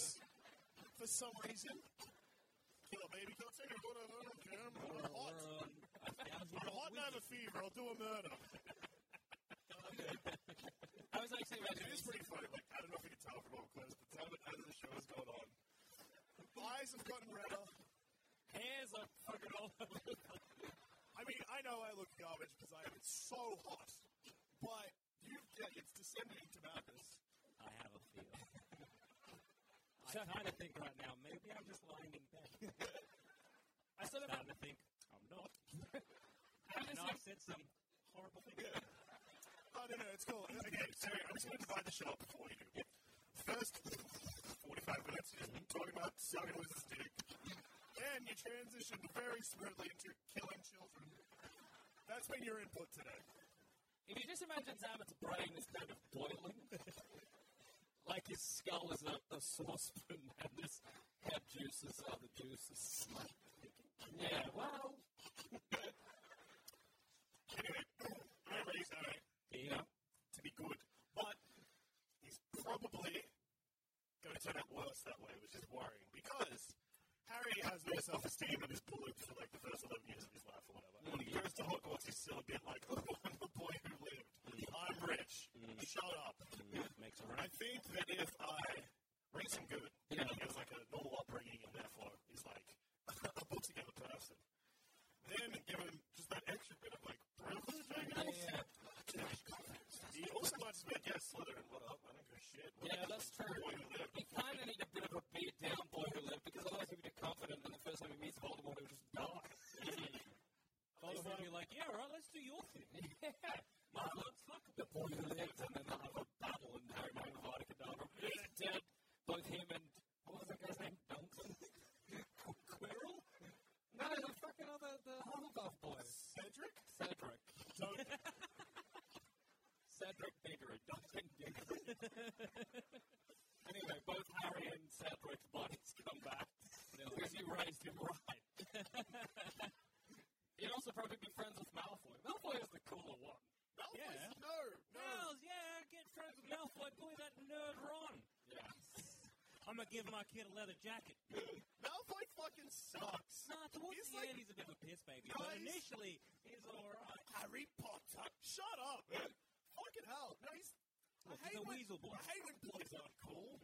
Speaker 3: for some reason. Kill a baby, kill a teenager, put it on camera. I'm hot.
Speaker 2: uh,
Speaker 3: I'm hot and I have a fever. I'll do a murder.
Speaker 2: I was actually
Speaker 3: It is pretty funny. Like, I don't know if you can tell from all clips, but tell me how the show is going on. Eyes have gotten redder.
Speaker 2: Hands are fucking all over.
Speaker 3: I mean, I know I look garbage because I am so hot, but you, yeah, it's descending into madness.
Speaker 2: I have a feel. I kind of think right now, maybe I'm just lying in bed. I sort of have to think, I'm not. and I said some horrible things.
Speaker 3: I don't know. Oh, It's cool. Okay, so I'm just going to divide the show up for you. First 45 minutes is talking about sucking with his dick. Then you transition very smoothly into killing children. That's been your input today.
Speaker 2: If you just imagine Zamet's brain is kind of boiling, like his skull is a, a saucepan and his head juices are the juices. yeah, well,
Speaker 3: Remember, he's known
Speaker 2: yeah.
Speaker 3: to be good, but he's probably going to turn out worse that way, which is worrying because Harry has no self-esteem and is bullied for like the first 11 years of his life or whatever. And when he goes to Hogwarts, he's still a bit like, oh, I'm the boy who lived. I'm rich. Shut up.
Speaker 2: Makes a
Speaker 3: I think that if I raise him good, you know, he has like a normal upbringing and therefore he's like a put together person, then give him just that extra bit of like privilege, I guess. He also might just be like, yeah, Slytherin, what up? I don't give a shit. What
Speaker 2: Yeah, that's true.
Speaker 3: boy who lived.
Speaker 2: He kind of need a bit of a beat down boy who lived because otherwise he'd be too confident, and the first time he meets Voldemort, he'll just die. Voldemort would be like, "Yeah, right, let's do your thing." Mom, let's fuck the boy who lived, and then they'll have a battle, and Harry might invite a cadaver. He's dead. Both him and what was that guy's name? Dunk. nothing new. anyway, both Harry and Sedgwick's bodies come back because you raised him right. He'd also probably be friends with Malfoy. Malfoy is the cooler one.
Speaker 7: Yeah.
Speaker 3: No, no.
Speaker 7: Miles, yeah, get friends with Malfoy. Boy, that nerd Ron.
Speaker 2: Yes.
Speaker 7: I'm gonna give my kid a leather jacket.
Speaker 3: Malfoy fucking sucks.
Speaker 7: Nah, towards
Speaker 3: He's
Speaker 7: the
Speaker 3: like-
Speaker 7: end, he's a bit of a piss baby, but
Speaker 3: Guys.
Speaker 7: initially, he's all right.
Speaker 3: Harry Potter. Shut up. fucking hell. No, he's.
Speaker 7: Look,
Speaker 3: I hate
Speaker 7: he's a
Speaker 3: when-
Speaker 7: weasel boy.
Speaker 3: I hate when boys aren't cool.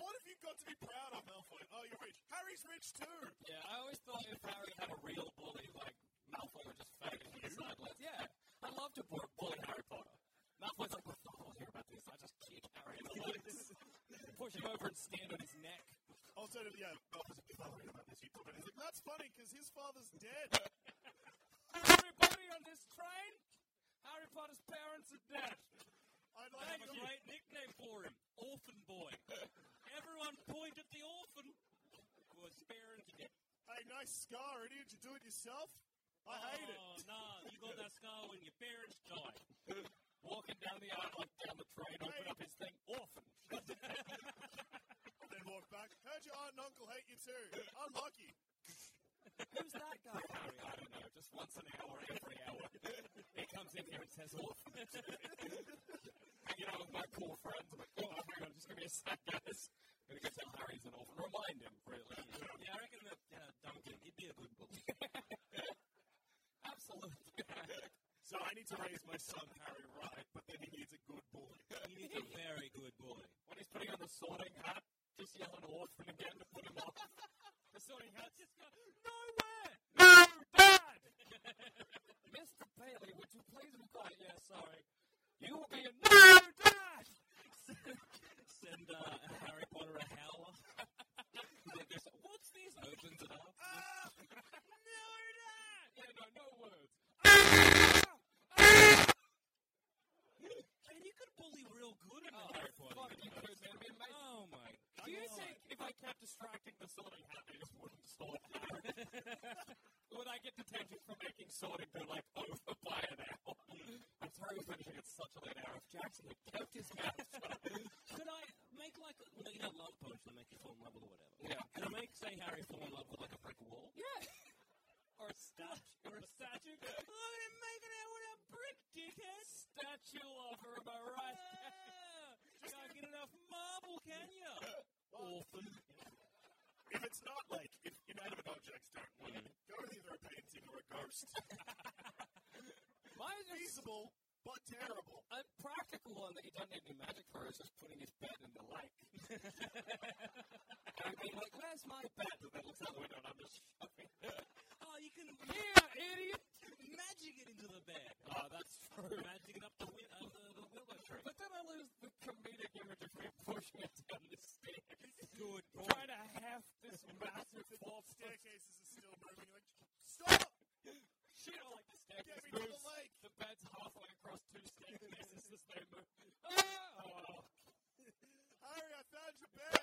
Speaker 3: what have you got to be proud of, Malfoy? Oh, you're rich. Harry's rich too.
Speaker 2: Yeah, I always thought if Harry had a real bully, like Malfoy would just fade into the sidelines. Yeah, I love to bully, bully Harry Potter. Malfoy's like, what's the whole hear about this? I just kick Harry in the legs, push him over and stand on his neck.
Speaker 3: Also, yeah, Malfoy's like, if I read about this, you put it. He's like, that's funny because his father's dead.
Speaker 2: Everybody on this train, Harry Potter's parents are dead.
Speaker 3: I'd
Speaker 7: They
Speaker 3: like
Speaker 7: have a
Speaker 3: to.
Speaker 7: great nickname for him, Orphan Boy. Everyone point at the orphan. Was sparing to get.
Speaker 3: Hey, nice scar. Idiot, you do it yourself? I hate
Speaker 7: Oh,
Speaker 3: it.
Speaker 7: nah, you got that scar when your parents died.
Speaker 2: Walking down the aisle, like down the train, open up his thing, orphan.
Speaker 3: Then walk back. Heard your aunt and uncle hate you too. Unlucky.
Speaker 2: Who's that guy? Harry, I don't know. Just once an hour, every hour. he comes in here and says, orphan. Hanging out with my cool friends. I'm like, oh, hang on, just give me a sec, guys. Gonna go tell Harry's an orphan. Remind him, really.
Speaker 7: Yeah, I reckon that uh, Duncan, he'd be a good bully.
Speaker 2: Absolutely.
Speaker 3: So I need to raise my son Harry right, but then he needs a good bully.
Speaker 7: He needs a very good bully.
Speaker 2: when he's putting on the sorting hat, just yell an orphan again to put him off. the sorting hat just go, nowhere! No, Dad! Mr. Bailey, would you please reply? Yeah, sorry. You will be a no, Dad!
Speaker 7: Send uh, Harry Potter a howler. He's like, "There's- What's this? Opens it up.
Speaker 2: no, Dad! Yeah, no, Ah! no Ah! words.
Speaker 7: And you could bully real good in the
Speaker 2: Oh,
Speaker 7: Harry Potter.
Speaker 2: fuck, you
Speaker 7: universe.
Speaker 2: could, man. It'd be amazing.
Speaker 7: Oh my god.
Speaker 2: Do you think if I kept distracting the sorting hat, they just wouldn't sort out? Would I get detention for making sorting go like over by an hour? I'm sorry we're finishing at such a late hour. If Jackson had kept his mouth shut,
Speaker 7: Could I make like, you know, you know love potion that make you fall in love with or whatever?
Speaker 2: Yeah.
Speaker 7: Could I make, say, Harry fall in love with like a brick wall?
Speaker 2: or a statue, or a statue,
Speaker 7: Oh, I'm gonna make it out with a brick, dickhead!
Speaker 2: statue lover, am I right?
Speaker 7: Yeah. Can't get enough marble, can you? Orphan.
Speaker 3: If it's not like if inanimate objects don't work,
Speaker 2: Mm-hmm.
Speaker 3: go with either a painting or a ghost.
Speaker 2: Mine is
Speaker 3: Feasible but terrible.
Speaker 2: a practical one that you don't need any magic for. Is just putting his bed in the lake. and being like, "Where's my bed?" And then looks out the window, and I'm just shoving.
Speaker 7: Oh, you can
Speaker 2: yeah, idiot.
Speaker 7: magic it into the bag.
Speaker 2: Oh, that's true.
Speaker 7: Magic it up the, win- uh, the, the willow tree.
Speaker 2: But then I lose the comedic image of me pushing it down the stairs.
Speaker 7: Good boy.
Speaker 2: Trying to half this massive false staircase.
Speaker 3: Staircases are still moving. Like, stop!
Speaker 2: Shit, I like the staircase.
Speaker 3: Get me to the
Speaker 2: moves.
Speaker 3: lake.
Speaker 2: The bed's halfway across two staircases as they move. Oh,
Speaker 3: Harry, I found your bed.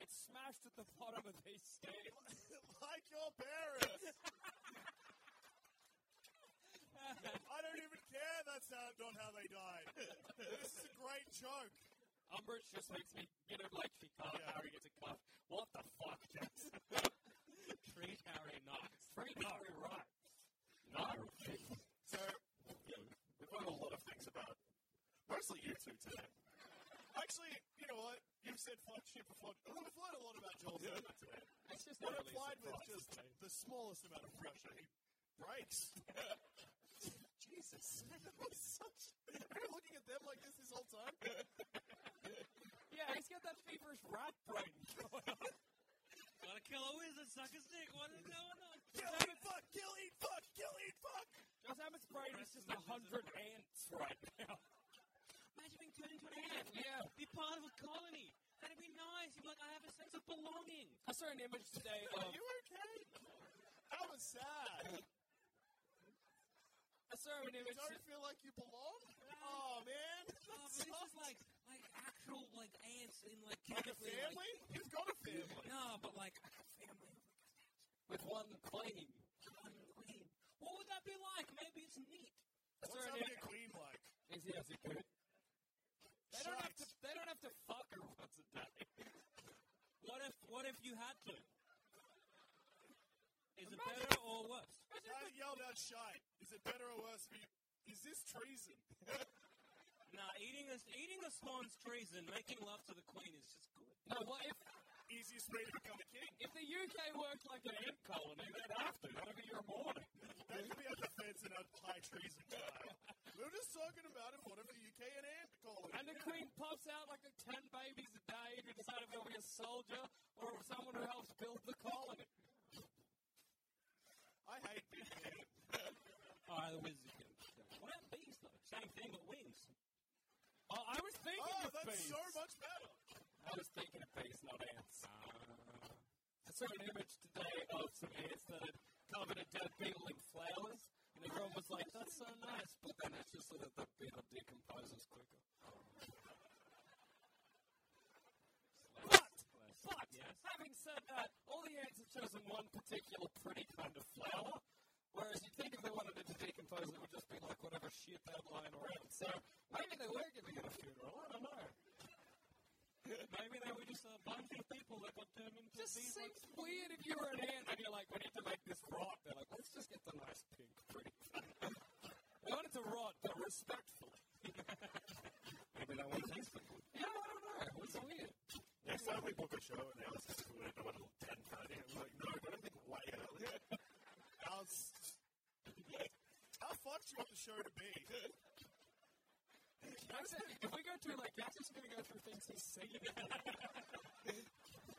Speaker 2: it's smashed at the bottom of these stairs.
Speaker 3: like your parents. I don't even care. That's how, not how they died. this is a great joke.
Speaker 2: Umbridge just makes me get him like she can't. Harry gets a cuff. What the fuck, Jackson? Treat Harry nice. Treat Harry right. No.
Speaker 3: So, you know, we've learned a lot of things about mostly you two today. Actually, you know what? You've said fuck shit before. We've learned a lot about Joel Zimmer today.
Speaker 2: It's just
Speaker 3: What
Speaker 2: not really
Speaker 3: applied with
Speaker 2: surprising.
Speaker 3: just the smallest amount of pressure, he breaks. Jesus. That was such. Are you looking at them like this this whole time?
Speaker 2: Yeah, he's got that feverish rat brain going on.
Speaker 7: Gotta kill a wizard, suck his dick. What is going on?
Speaker 3: Kill, eat, fuck, kill, eat, fuck, kill, eat, fuck!
Speaker 2: Just Abbott's brain is just a hundred ants right now.
Speaker 7: Imagine being turned into an ant.
Speaker 2: Yeah.
Speaker 7: Be part of a colony. That'd be nice. You'd be like, I have a sense of belonging.
Speaker 2: I saw an image today of
Speaker 3: You okay? That was sad.
Speaker 2: I saw an
Speaker 3: You
Speaker 2: image
Speaker 3: don't feel like you belong? Oh, man.
Speaker 7: Oh, but this is like, like actual like ants in like
Speaker 3: Like a
Speaker 7: chemically. like-
Speaker 3: family? You've got a family.
Speaker 7: no, but like a family.
Speaker 2: with one queen.
Speaker 7: Unclean. What would that be like? Maybe it's neat.
Speaker 3: What's having a queen like?
Speaker 2: Is he as good?
Speaker 3: smell that shite? Is it better or worse for you? Is this treason?
Speaker 8: Nah, eating a, eating a swan's treason. Making love to the queen is just good.
Speaker 2: No, what if,
Speaker 3: Easiest way to become a king.
Speaker 2: if the UK worked like an ant colony, they'd have to. That'd be your morning.
Speaker 3: That could be on the fence and on high treason time. We were just talking about it. What if the UK and Ant colony?
Speaker 2: And the queen pops out like a ten babies a day if you decide if you'll be a soldier or someone who helps build the colony.
Speaker 3: I hate being king.
Speaker 8: All right, the wizard can. What about bees though? Same thing, but wings.
Speaker 2: Oh, I was thinking
Speaker 3: Oh,
Speaker 2: of
Speaker 3: that's
Speaker 2: bees.
Speaker 3: so much better.
Speaker 2: I was thinking of bees, not ants. I saw an image today of some ants that had covered a dead beetle in flowers, and everyone was like, that's so nice, but then it's just so that the beetle decomposes quicker. But, but, having said that, all the ants have chosen one particular pretty kind of flower, whereas you'd think if they wanted it to decompose, it would just be like whatever shit they had lying around. So maybe they were giving it a funeral, I don't know.
Speaker 8: Maybe they were just a bunch of people that got turned into
Speaker 2: just
Speaker 8: bees.
Speaker 2: seems weird if you were an ant and you're like, we need to make this rot. They're like, let's just get the nice pink pretty. we want it to rot, but respectfully. Maybe that one's useful. Yeah, I don't know. It was weird.
Speaker 3: Next time we book a show and Alice is cool, I want a little 10 party. I'm like, no, we're going to think way earlier. Alice, how fun do you want the show to be?
Speaker 2: I said, if we go through, like, that's just going to go through things he's seen.
Speaker 3: Like,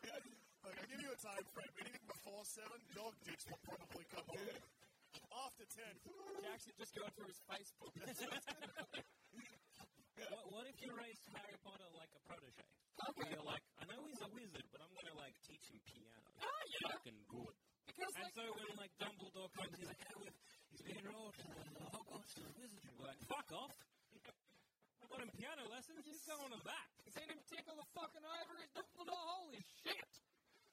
Speaker 3: I'll give you a time frame. Anything before 7, dog dicks will probably come on. After 10,
Speaker 2: Jackson just going through his Facebook.
Speaker 8: What, what if you raised Harry Potter like a protege? Where you're like, I know he's a wizard, but I'm gonna like teach him piano. Oh, yeah. Fucking good.
Speaker 2: Ah, Because,
Speaker 8: and
Speaker 2: like,
Speaker 8: so when like Dumbledore comes, he's like, oh, he's been enrolled to the Hogwarts of Wizardry. We're like, fuck off. I got him piano lessons. He's going to that.
Speaker 2: seen him tickle the fucking ivory. Holy shit!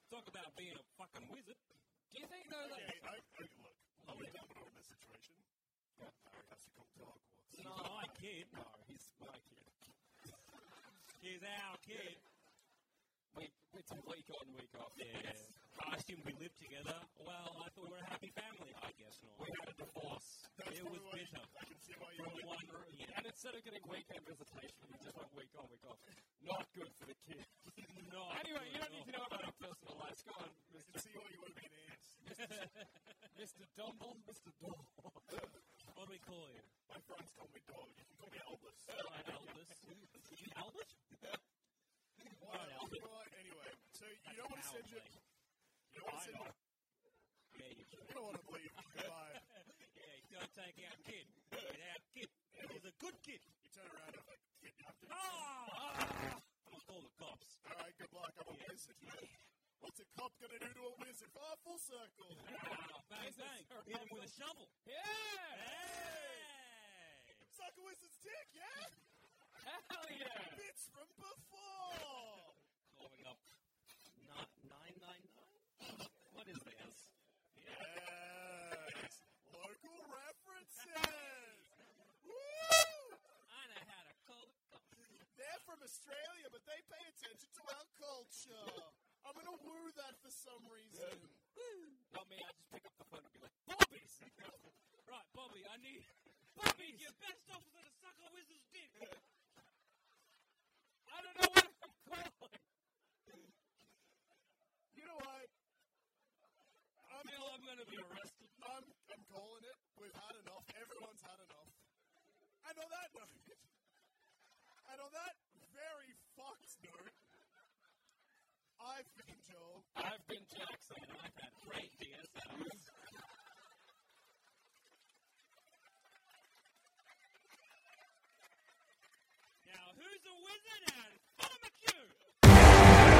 Speaker 8: Talk about being a fucking wizard.
Speaker 2: Do you think, though, that.
Speaker 3: okay, I, I, look, I'll be Dumbledore in this situation. God, Harry has to come to Hogwarts.
Speaker 8: He's my kid.
Speaker 2: No, he's my kid.
Speaker 8: He's our kid.
Speaker 2: We, it's week on, week off.
Speaker 8: Yeah. I assume we live together. Well, I thought we were a happy family. I guess not. We had a divorce. It was
Speaker 3: probably why
Speaker 8: bitter.
Speaker 3: you- I can see why you
Speaker 8: From
Speaker 3: would.
Speaker 8: one room. Yeah.
Speaker 2: And instead of getting weekend visitation, you just went week on, week off. Not good for the kids.
Speaker 8: No.
Speaker 2: anyway, you don't need to know about our personal lives. Go on,
Speaker 3: I can see why you want to be an ant.
Speaker 2: Mr. Dumble, Mr. Dumble.
Speaker 8: What do we call you?
Speaker 3: My friends call me dog. You can call me Elvis.
Speaker 8: Alright, Albus. You Albus?
Speaker 3: Whatever. Well, anyway, so you don't want to send your... You don't want to send your...
Speaker 8: Yeah, you
Speaker 3: You don't want to leave. Goodbye.
Speaker 8: yeah, you don't take our kid. He's our kid. He's a good kid.
Speaker 3: You turn around and like, kidnapped him.
Speaker 8: Ah! ah! I'm gonna call the cops.
Speaker 3: All right, good luck. I'm a wizard. What's a cop gonna do to a wizard? Ah, full circle.
Speaker 8: Ah, bang, bang. Hit him with a shovel.
Speaker 2: Yeah!
Speaker 8: Hey!
Speaker 3: Suck a wizard's dick, yeah?
Speaker 2: Hell yeah!
Speaker 3: Bits from before.
Speaker 8: Calling up. Ni- 999? What is this?
Speaker 3: Yes. Local references. Woo!
Speaker 8: I know how to call the cops.
Speaker 3: They're from Australia, but they pay attention to our culture. I'm gonna woo that for some reason.
Speaker 2: Not me, I just pick up the phone and be like,
Speaker 8: Bobby's! right, Bobby, I need. Bobby, your best officer to suck a wizard's dick!
Speaker 2: I don't know what I'm calling.
Speaker 3: You know what? I'm,
Speaker 8: Bill, I'm gonna be arrested.
Speaker 3: I'm, I'm calling it. We've had enough. Everyone's had enough. And on that note, and on that very fucked note, I've been Joel.
Speaker 2: I've been Jackson, and I've had great DSLs.
Speaker 8: Now, who's a wizard and Father McHugh?